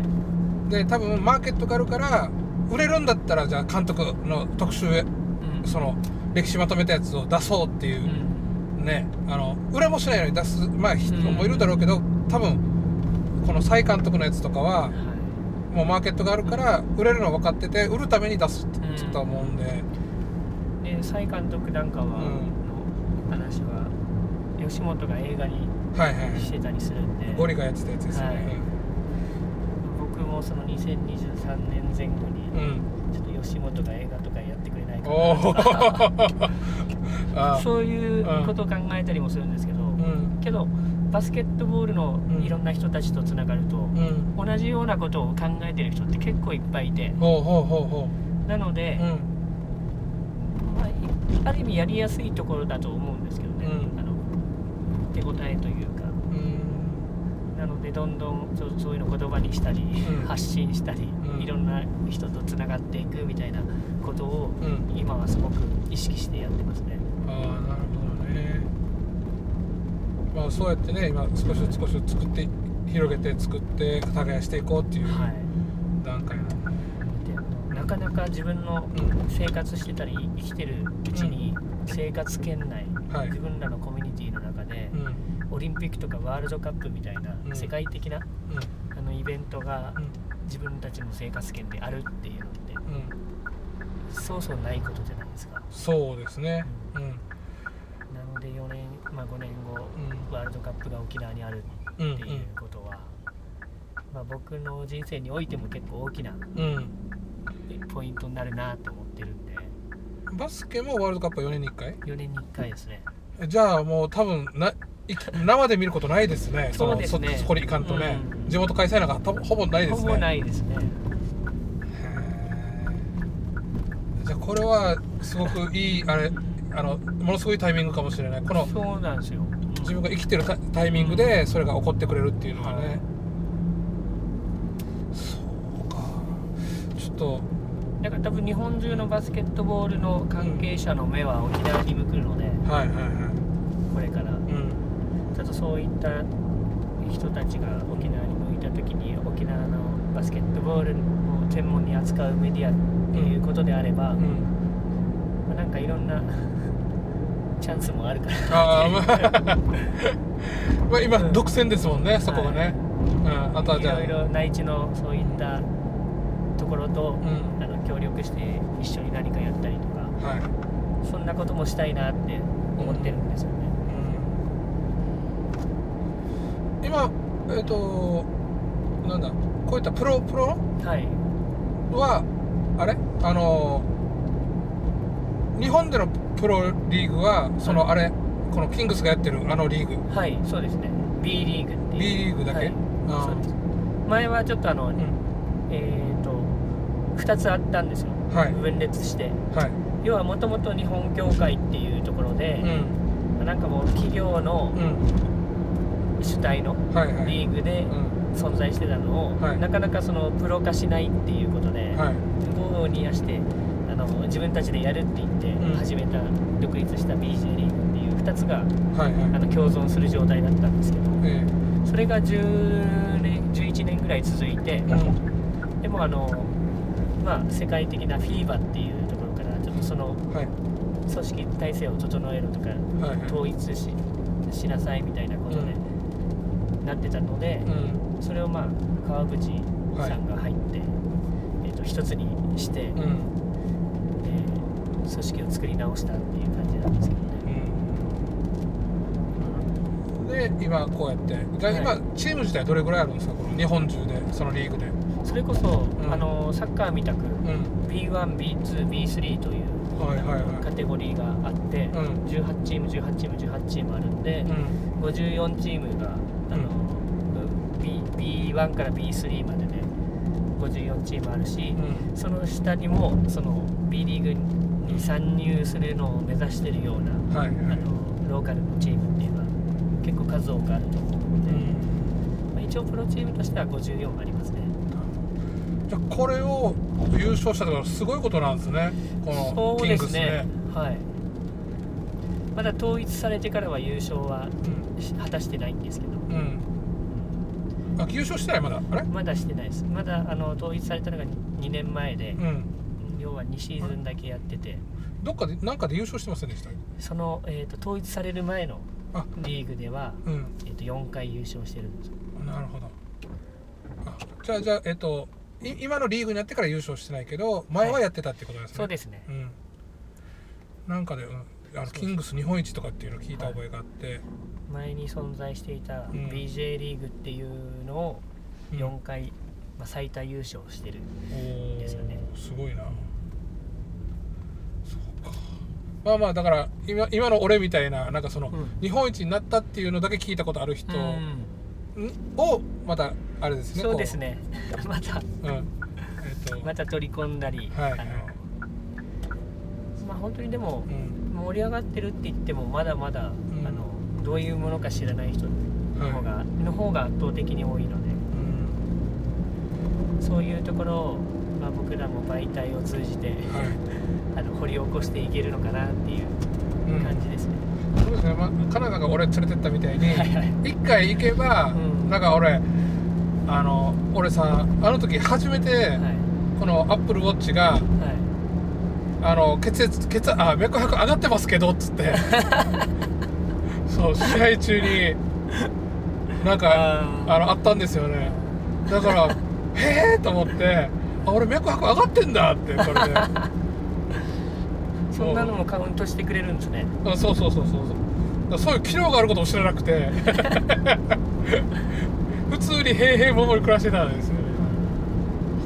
で多分マーケットがあるから売れるんだったらじゃあ監督の特集
い。うん
その歴史まとめたやつを出そうっていううんね、あの売れもしないのに出す、まあ、人
うん
もいるだろうけど多分この再監督のやつとかは
は
もうマーケットがあるから売れるの分かってて売るために出すって
う
言
ん
ったと思うんで、
い。で、蔡監督なんかは、の話は、吉本が映画に
はいはい
してたりするんで、
ゴリがやってたやつですよ
はい
ね、
僕もその2023年前後
う
に、
ん
ちょっと吉本が映画とかやってくれないか
お
な
お
とか、
あ
そういう
あ
ことを考えたりもするんですけど、
うん
けどバスケットボールのいろんな人たちとつながると、
うん
同じようなことを考えてる人って結構いっぱいいて
ほうほうほうほ
なの
う
で
う、ん
まあいある意味やりやすいところだと思うんですけどね、
うん
あの手応えという
う
か
ん
なのでどんどんそうそういうの言葉にしたり、
うん
発信したり、
うん
いろんな人とつながっていくみたいなことを
うん
今はすごく意識してやってますね。
ああなるほどねまあそうやってね今少しずつ少しずつ作って広げて作って耕していこうっていう
はい
段階なんだ
でなかなか自分の
うん
生活してたり生きてるうちに生活圏内、
はい
自分らのコミュニティの中で、
うん
オリンピックとかワールドカップみたいな
うん
世界的な、あのイベントが自分たちの生活圏であるっていうのって
うんうんうん
そうそうないことじゃないですか
そうですねうん
なので4年、まあ、5年後、
うん
ワールドカップが沖縄にあるって
うん
いうことは、まあ、僕の人生においても結構大きな
うん
ポイントになるなと思ってるんで
バスケもワールドカップは4年に1回
4年に1回ですね
じゃあもう多分ない生で見ることないですね
そう
の
ですね
そそこに行かんとね、
うん
地元開催なんか多分ほぼないです
ほ
ね
ぼないですね
へーじゃあこれはすごくいいあれあのものすごいタイミングかもしれないこの
そうなんですよ、うん
自分が生きてるタタイミングでそれが起こってくれるっていうのが
は
ね
い
そうかちょっと
だから多分日本中のバスケットボールの関係者の目は沖縄に向くので
はいはいは
これから
いうん
ちょっとそういった人たちが沖縄に向いた時に沖縄のバスケットボールを専門に扱うメディアっていうことであれば、
う
ま
ん
あなんかいろんな [laughs] チャンスもあるか
あ
ら [laughs]
あまあまあ今
うん
独占ですもんねそこがね、うん、あとはいじゃあ
ろいろ内地のそういったところと、
うん
あの協力して一緒に何かやったりとか
はい、う
そんなこともしたいなって思ってるんですよね。
ん、今えっ、となんだこういったプロプロ
はい
はあれあのー日本でのプロリーグはその
は
あれ、このキングスがやってるあのリーグ
はいそうですね B リーグってい
B
う
リーグだけ、
はい
あ
そうです前はちょっとあの、
ー
えっ、と2つあったんですよ
うんはい
分裂して
はい
要はもともと日本協会っていうところで
う、ん
なんかもう企業の
うん
主体の
はいはい
リーグで
うん
存在してたのを、
はい
なかなかそのプロ化しないっていうことで、
はい
不合にやしてあの自分たちでやるって言っ
うん
て始めた、独立した BJ リーグっていう2つが
はい
あ
はい
の共存する状態だったんですけど
え
それが10年11年ぐらい続いて、
えうん
でもあの、まあ、世界的な FIBA っていうところからちょっとその
はい
組織体制を整えるとか
はいはい
統一ししなさいみたいなことで、なってたので
う、ん
それをまあ川口さんが入って、えー、と一つにして、
うんうん
えー組織を作り直したっていう感じなんですけどね。
で今こうやってじゃあ今、
は
チーム自体どれぐらいあるんですかこの日本中でそのリーグで
それこそ、
うん
あのサッカーみたく
うん
B1B2B3 という
はいはいはい
カテゴリーがあって、
うん
18チーム18チーム18チームあるんで、
うん
54チームがあの、B B1 から B3 までで54チームあるし、
うん
その下にもその B リーグに参入するのを目指してるような、
はいは
あ
い
のローカルのチームっていうのは結構数多くあると思うので、まあ、一応プロチームとしては54ありますね
じゃあこれを優勝したとかすごいことなんですねこの
そう
キン
で
グス
すね
ね
はいまだ統一されてからは優勝はし果たしてないんですけど
うん、うん、あ優勝してないまだあれ
まだしてないですまだあの統一されたのが2年前で
う、ん
要は2シーズンだけやってて
どっかでなんかで優勝してませんでした
その、えー、と統一される前の
あ
リーグでは、
うん
えー、と4回優勝してるんですよ
なるほどあじゃあじゃあえっとい今のリーグになってから優勝してないけど前はやってたってことなんですね、
そうですね
うんなんかで、うん、あの
そう
キングス日本一とかっていうのを聞いた覚えがあって、
前に存在していた
うん
BJ リーグっていうのを
うん
4回、まあ、最多優勝してる
おー
ですよね
すごいなそうかまあまあだから今今の俺みたいななんかその、
うん
日本一になったっていうのだけ聞いたことある人
うん
をまたあれですね
そうですね [laughs] また
こううんえっと、
また取り込んだり、
はいはい
あのまあ本当にでも
うん
盛り上がってるって言ってもまだまだ、
ん
あのどういうものか知らない人の方が,、の方が圧倒的に多いので
うん
そういうところを、まあ、僕らも媒体を通じて
はい
あの掘り起こしていけるのかなっていう
うん
感じですね、
そうですね、まあ、カナダが俺連れてったみたいに
はいはい
一回行けば、
うん
なんか俺あの俺さあの時初めて、
はい
このアップルウォッチが
はい
あの血圧血圧あ脈拍上がってますけどっつって
[laughs]
そう試合中になんか
あー
あのあったんですよねだから
[laughs]
へえと思ってあ俺脈拍上がってんだってそれであ
そんなのもカウントしてくれるんですね
そうそうそうそうそうだからそういう機能があることも知らなくて [laughs] 普通に平々無々に暮らしてたんですよね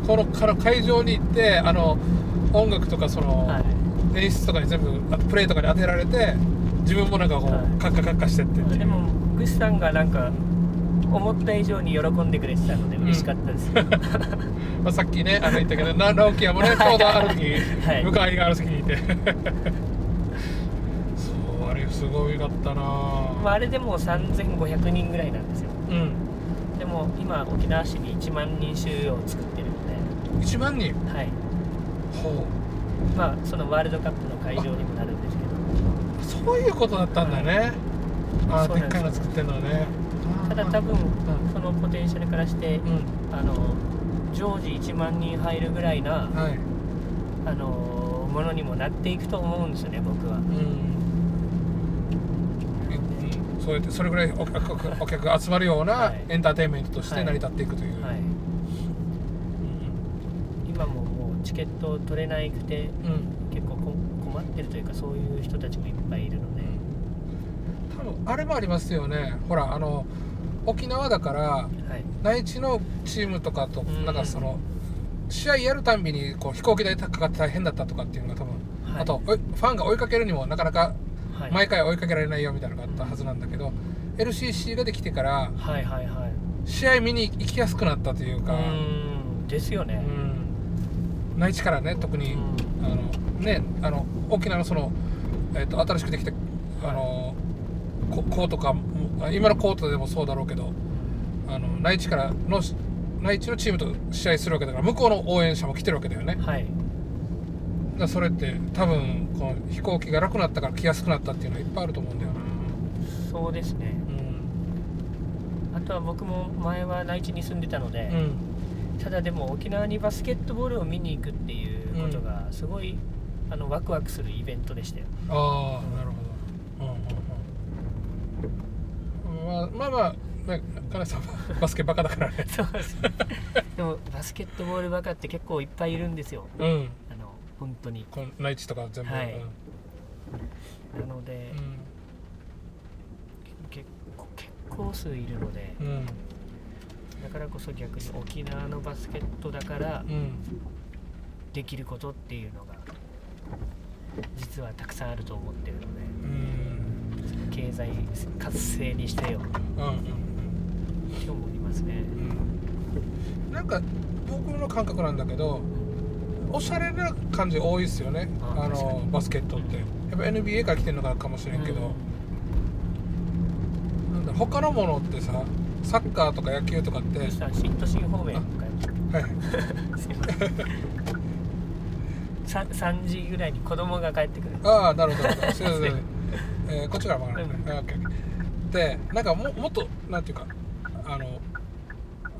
このから会場に行ってあの音楽とかその、
はい
演出とかに全部あプレイとかに当てられて自分もなんかこう、
はい
カッカカッカしてってっていう
でもグスさんがなんか思った以上に喜んでくれてたので
うん
嬉しかったです、
まあ、さっきねあの言ったけどな直樹はもね
[laughs]
ちょうどある時、
はい
向かい側の席にいて [laughs] そうあれすごいかったな
まあ、
あ
あれでもう3500人ぐらいなんですよ
うん
でも今沖縄市に1万人収容を作ってるので
1万人
はい
ほう
まあそのワールドカップの会場にもなるんですけど
そういうことだったんだね、あ
そ
あ
う
で
な
っ
んです
かいの作ってんのね
ただ多分
ん
そのポテンシャルからして
うん
あの常時1万人入るぐらいな
はい
あのものにもなっていくと思うんですよね僕は
うんうんそうやってそれぐらいお客お客が集まるような
はい
エンターテインメントとして成り立っていくという、
はい今ももうチケット取れなくて
うん
結構こ困ってるというかそういう人たちもいっぱいいるので、
多分あれもありますよねほらあの沖縄だから
はい
内地のチームとかと
ん
なんかその試合やるたんびにこう飛行機代高かって大変だったとかっていうのが多分、
はい
あとおいファンが追いかけるにもなかなか
はい
毎回追いかけられないよみたいなのがあったはずなんだけど、LCC ができてから
はいはいはい
試合見に行きやすくなったという
う
か、
ーんですよ
う
ね
ん内地からね特に、あのねあの沖縄のその、えっと新しくできたあの、こコートかも今のコートでもそうだろうけどあの内地からの内地のチームと試合するわけだから向こうの応援者も来てるわけだよねだか
はい
らそれって多分この飛行機が楽になったから来やすくなったっていうのはいっぱいあると思うんだよな
そうですね
うん
あとは僕も前は内地に住んでたので、
うん
ただでも沖縄にバスケットボールを見に行くっていうことがすごい、あのワクワクするイベントでし
[laughs]
たよ
ああなるほどうんうんうんまあまあまあね金井さんはバスケバカだからね
そうですねでもバスケットボールバカって結構いっぱいいるんですよ
うん
あの本当に
この内地とか全部、
はい
うん
なので、結構結構数いるので
うんうん
だからこそ逆に沖縄のバスケットだから
うん
できることっていうのが実はたくさんあると思ってるの
うん
でその経済活性にしてよ
うんうん
って思いますね
うんなんか僕の感覚なんだけどおしゃれな感じ多いですよね
あ
あ
確か
の
に
バスケットってやっぱ NBA から来てるのかもしれんけど、なんだろう他のものってさサッカーとか野球とかって、は
うん
い
さ新都心方面とか
はい、
[laughs] すいません 3, 3時ぐらいに子供が帰ってくる
ああなるほどなるほどすいません、えーこっちから曲がらない、
うん
あオッケーオッケーでなんかももっとなんていうかあの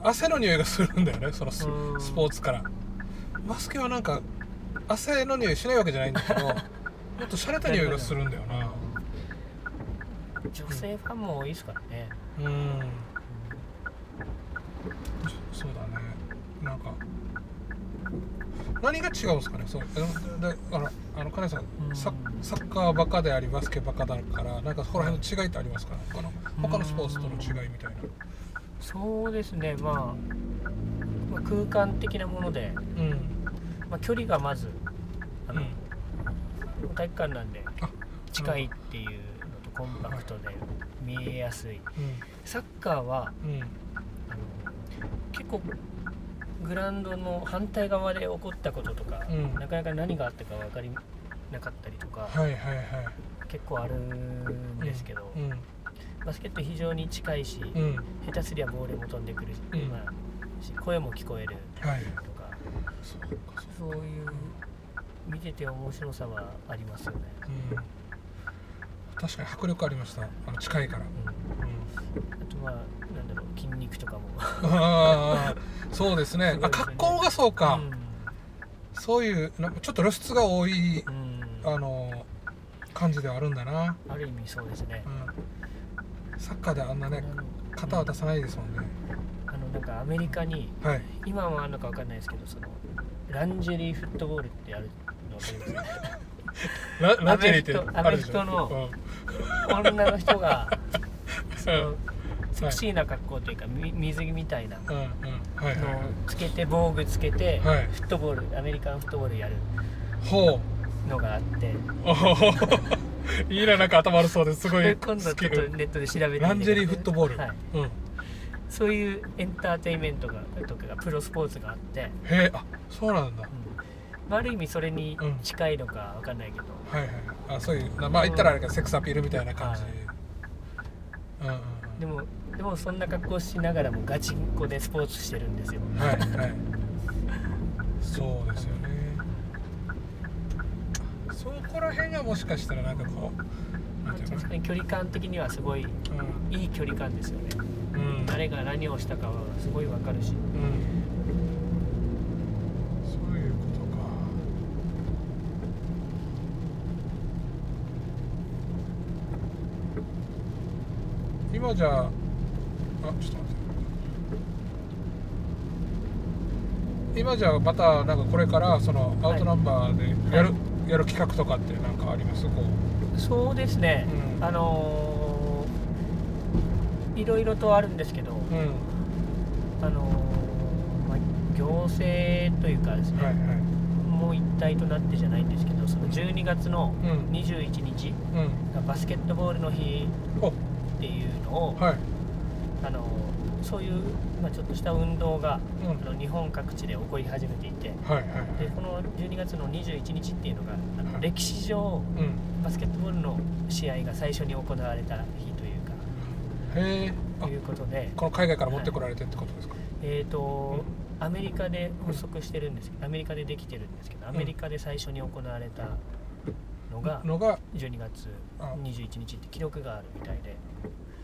汗の匂いがするんだよねそのス
うん
スポーツからバスケはなんか汗の匂いしないわけじゃないんだけどもっと洒落た匂いがするんだよな
女性ファンも多いですからね、
うんそそうだねなんか何が違うんですかねそうでであのあの金井さん
うん
ササッカーバカでありバスケバカだからなんかそこら辺の違いってありますか、ね、他の他のスポーツとの違いみたいな
そうですねまあ、まあ空間的なもので、
うん
まあ、距離がまずあ
う
の、
ん
体育館なんで
あ
近いっていうのとコンパクトで見えやすいサッカーは
うんうん
あの結構グラウンドの反対側で起こったこととか、
うん
なかなか何があったか分かりなかったりとか
はいはいはい
結構あるんですけど、
うん
バスケット非常に近いし、
うん
下手すりゃボールも飛んでくるし,、
うん
まあ、し声も聞こえる
はい
とか
そうかそ
そういう見てて面白さはありますよね。
ううん確かに迫力ありましたあの近いから、
うん
うん
あとはなんだろう筋肉とかも
あーそうですね
すご
あ
いですね
格好がそうか、
う
そういうなんかちょっと露出が多い
んうん
あの感じではあるんだな、
ある意味そうですね
う。ん、サッカーであんなね肩は出さないですもんね
あのなんかアメリカに
はい
今はあるのかわかんないですけどそのランジェリーフットボールってあるのわかります
[laughs]
か
ラ
ラジェリーってアメフトあるでしょアメフトの女の人がそのセクシーな格好というかみ水着みたいな
うんうんうんはいはい
のをつけて防具つけてフ
はい
ットボールアメリカンフットボールやる
ほう
のがあって
おほほほいいななんか頭悪そうですご
こ
い
れ今度ちょっとネットで調べてみてく
ラ
ださい
ンジェリーフットボール、
はい、
うんへ
そういうエンターテインメントがとかがプロスポーツがあって、
えあそうなんだ
うんまあ、ある意味それに近いのかわかんないけど、
はいはいあそういうまあ言ったらあれかセックスアピールみたいな感じ、
はい
うんうんうん
でもでもそんな格好しながらもガチンコでスポーツしてるんですよ
はいはい。そうですよね。そこら辺がもしかしたらなんかこう、なんていうの
確かに距離感的にはすごい
かな。
いい距離感ですよね
うん。うん。
誰が何をしたかはすごいわかる
うん。
し
そういうことか。今じゃあ、あ、ちょっと待って。今じゃあまたなんかこれからそのアウトナンバーでやる、
は
やる企画とかってなんかありますこう。
そうですね、
うん
あのいろいろとあるんですけど、
うん
あのーまあ、行政というかですね、
はいはい
もう一体となってじゃないんですけどその12月の
うん
21日
うん
がバスケットボールの日
お
っていうのを、
はい
あのーそういう、まあ、ちょっとした運動が、
うん
あの日本各地で起こり始めていて
はいはいはい
でこの12月の21日っていうのがあ
は
の
い
歴史上
うん
バスケットボールの試合が最初に行われた日というか
へえあ
ということで、
この海外から持ってこられてってことですか
えー、とアメリカで発足してるんですけどアメリカでできてるんですけどアメリカで最初に行われたのが
のが
12月
あ
21日って記録があるみたいで、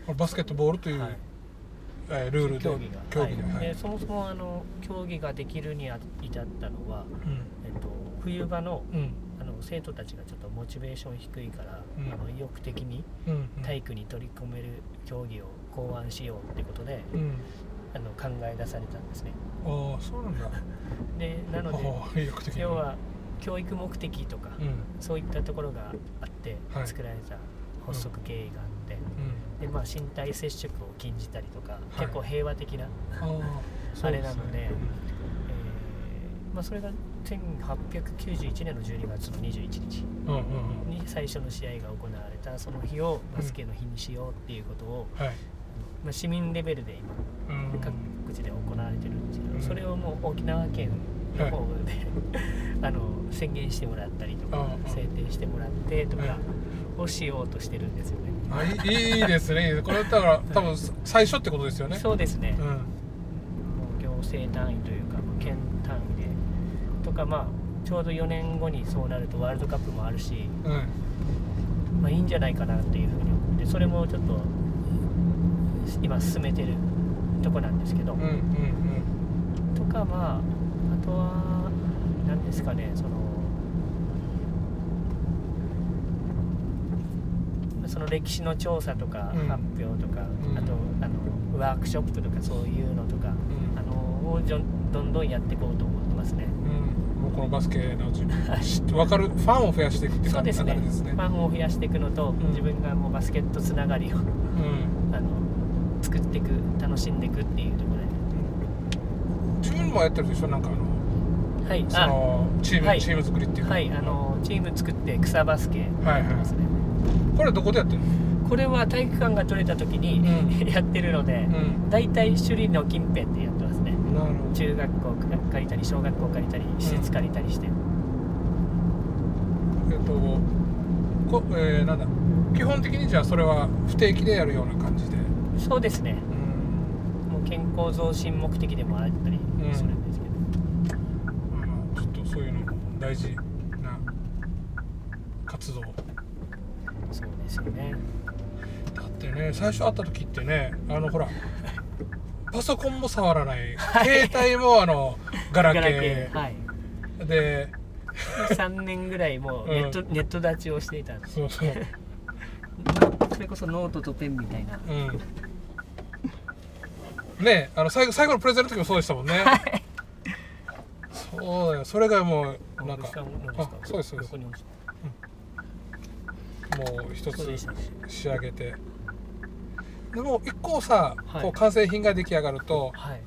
このバスケットボールという、
はい
えールールで
競技が
競技で
はい
はい
でそもそもあの競技ができるにあ至ったのは、
うん
えっと冬場の
うん
あの生徒たちがちょっとモチベーション低いから、
うん
あの意欲的に
うんうん
体育に取り込める競技を考案しようってことで
うん
あの考え出されたんですね。
ああそうなんだ
でなので
おー意欲的に
要は教育目的とか、
うんうん
そういったところがあって
はい
作られた発足経緯があって、でまあ、身体接触を禁じたりとか、
い
結構平和的な、
ああそうですね
あれなのでえーまあ、それが1891年の12月の21日
うんうんうんうん
に最初の試合が行われたその日をバスケの日にしようっていうことを、
はい
まあ、市民レベルで今
うん
各地で行われてるんですけど、
うん
それをもう沖縄県の方で、 [laughs] あの宣言してもらったりと
あ
か
あ
制定してもらってとかをしようとしてるんですよね。
あいいいいですねこれだ
[laughs]
から多分最初ってことですよね
そうですね、
う
も
ん
う行政単位というか、まあ県単位でとか、まあ、ちょうど4年後にそうなるとワールドカップもあるし、
うん
まあ、いいんじゃないかなっていうふうに思ってそれもちょっと今進めてるとこなんですけど、
うんうんうん
とかまああとは何ですかねそのその歴史の調査とか
うん
発表とか、
うん
あとあのワークショップとかそういうのとか、あのをじょどんどんやっていこうと思ってますね。
うんもうこのバスケのチ
はい
ーム分かるファンを増やしていくって
そう
感
で
じ
す
流れ
ね
ですね
ファンを増やしていくのと、
ん
自分がもうバスケットつながりを
うん
あの作っていく楽しんでいくっていうところ
自分もやってるでしょなんかあの
ではい
そ
あ
のチーム、
はい
チーム作りっていうか
はいあのチーム作って草バスケやってますね、
これどこでやってるの
これは体育館が取れた時に、
う
[laughs] やってるので、
うん
大体首里の近辺でやってますね
なるほど
中学校借りたり小学校借りたり施設借りたりして、
えっとこえー、なんだ基本的にじゃあそれは不定期でやるような感じで
そうですね
うん
もう健康増進目的でもあったりするんですけど、
あのちょっとそういうのも大事な活動だ
そうですよね
ってね最初会った時ってねあのほらパソコンも触らない携帯もあのガラ
ガラケ
ケ
ーはい
ーで
3年ぐらいもうネット、
う
ネット立ちをしていたんです
そうそう
それこそノートとペンみたいな
うんねあの最後最後のプレゼンの時もそうでしたもんねそうだよそれがもうなん
大口さ
か
ん
も
何です
あ
か
そうですそうです
横に落ちて
う一
そう
つ
でした
仕上げてでも一個さ、
はい
こう完成品が出来上がると
はい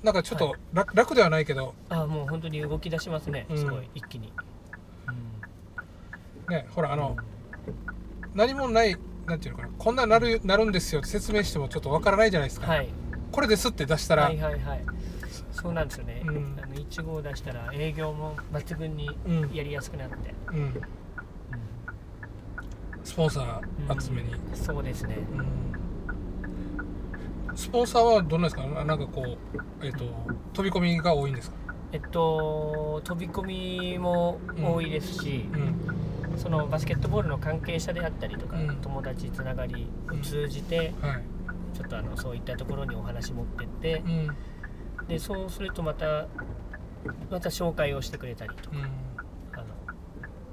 なんかちょっと楽,、楽ではないけど
あもう本当に動き出しますね、
うん
すごい一気に、うん
ねほらあの何もないなんていうのかなこんなになるなるんですよって説明してもちょっとわからないじゃないですか、
はい
これですって出したら、
はいはいはいそうなんですよね、
うん
あの1号を出したら営業も抜群に
うん
やりやすくなって、
うん、スポンサー集めに、
うんそうですね
うんスポンサーはどんなですかななんかこう、えっと飛び込みが多いんですか、
えっと飛び込みも多いですし、
うん
そのバスケットボールの関係者であったりとか、
うん
友達つながりを通じて、
はい
ちょっとあのそういったところにお話持ってって
う、んうん
でそうするとまたまた紹介をしてくれたりとか、あの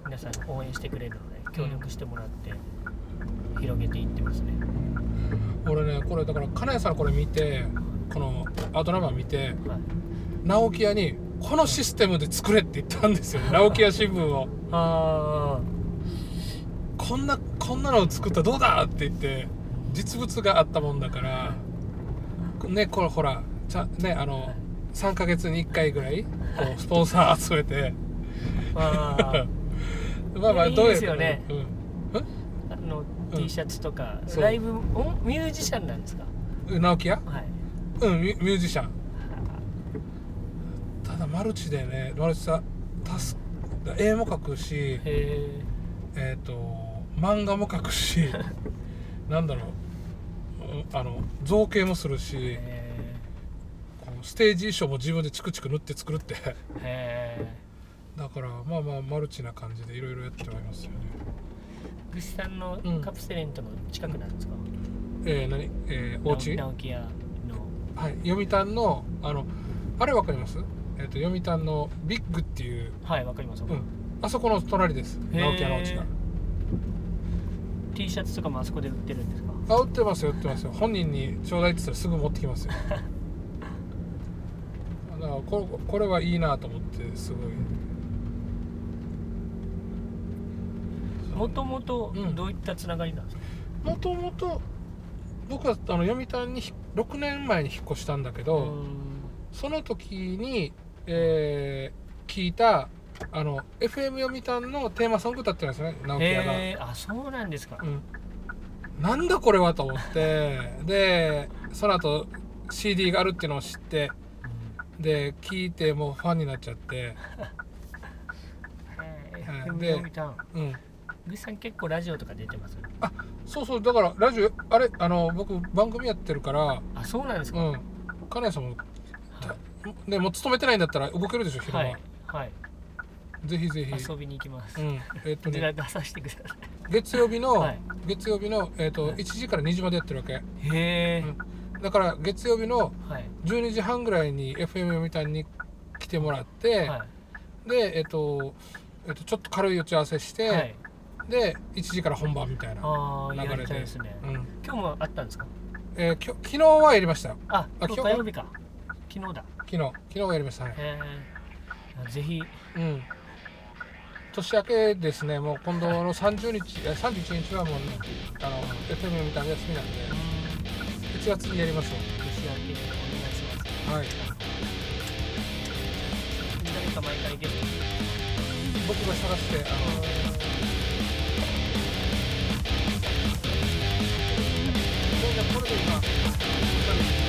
皆さん応援してくれるので協力してもらって広げていってますね。
俺ねこれだから金谷さんのこれ見てこのアートナンバー見て
はい
直木屋にこのシステムで作れって言ったん
[laughs]
ですよね直木屋新聞を
あ
こんなこんなのを作ったらどうだって言って
あ、
実物があったもんだからねこれほらちゃねあの3ヶ月に1回ぐらいこうスポンサー集め
[laughs]
て [laughs]
あ
まあまあ
いや
どう
いい
や
で
っ
す
て
よ
も
ね
うん
ーあの
うん
T シャツとか、
そう
ライブおミュージシャンなんですか
直樹や
はい
うんミュミュージシャンただマルチでねマルチさタス絵も描くし
へえ
えっ、と漫画も描く
[laughs]
しなんだろううんあの造形もするし
へ
こうステージ衣装も自分でチクチク塗って作るって
えへ
だからまあまあマルチな感じでいろいろやってはいますよね
ーぐっさんの
うん
カプセレントの近くなんですか、
えー、何えー、おうち
直木屋の
はい読谷のあのあれわかりますえっ、と読谷のビッグっていう
はいわかりま
う
す、
んあそこの隣です
へー
直木屋のお家が
T シャツとかもあそこで売ってるんですか
あ売ってますよ売ってますよ本人にちょうだいって言ったらすぐ持ってきますよ [laughs] だからここれはいいなと思ってすごい
もともと
うん
どういったつながりなんですか、
もともと僕はあの読谷にひ6年前に引っ越したんだけど、その時に、えー聞いたあの FM 読谷のテーマソング歌ってるんですよね直樹屋が、
へえあそうなんですか、
うん、なんだこれはと思って [laughs] でその後 CD があるっていうのを知ってで聞いてもうファンになっちゃって、
へ
はい
え
で
読谷
うん、
ぐっさん結構ラジオとか出てます
そうそうだからラジオあれあの僕番組やってるから
あそうなんですか、
う
は
ん金谷さんもねもう勤めてないんだったら動けるでしょ
い
昼間、
はい、はい、
ぜひぜひ、
遊びに行きます、
うんえっと
こち
ね
ら出させてくださ
月曜日の、
はい
月曜日の、えっと
はい
1時から2時までやってるわけ
いへえ、
だから月曜日の
はい
12時半ぐらいに FM みたいに来てもらって、
は
でえっ、と,、えっとちょっと軽い打ち合わせして、
い、はい、
で1時から本番みたいな、
ああ
流れで
やりたいですね、
うん
今日もあったんですか
えーきょ昨日はやりました
あ今日
今日
火曜日か昨日だ
昨日昨日はやりましたね、
へえぜひ
うん年明けですねもう今度の30日えー31日はもうねあの FM みたいな休みなんで1月にやりましょ
年明けお願いします
うはい
誰か毎回ゲスト
僕が探してあのじゃあこれで今二人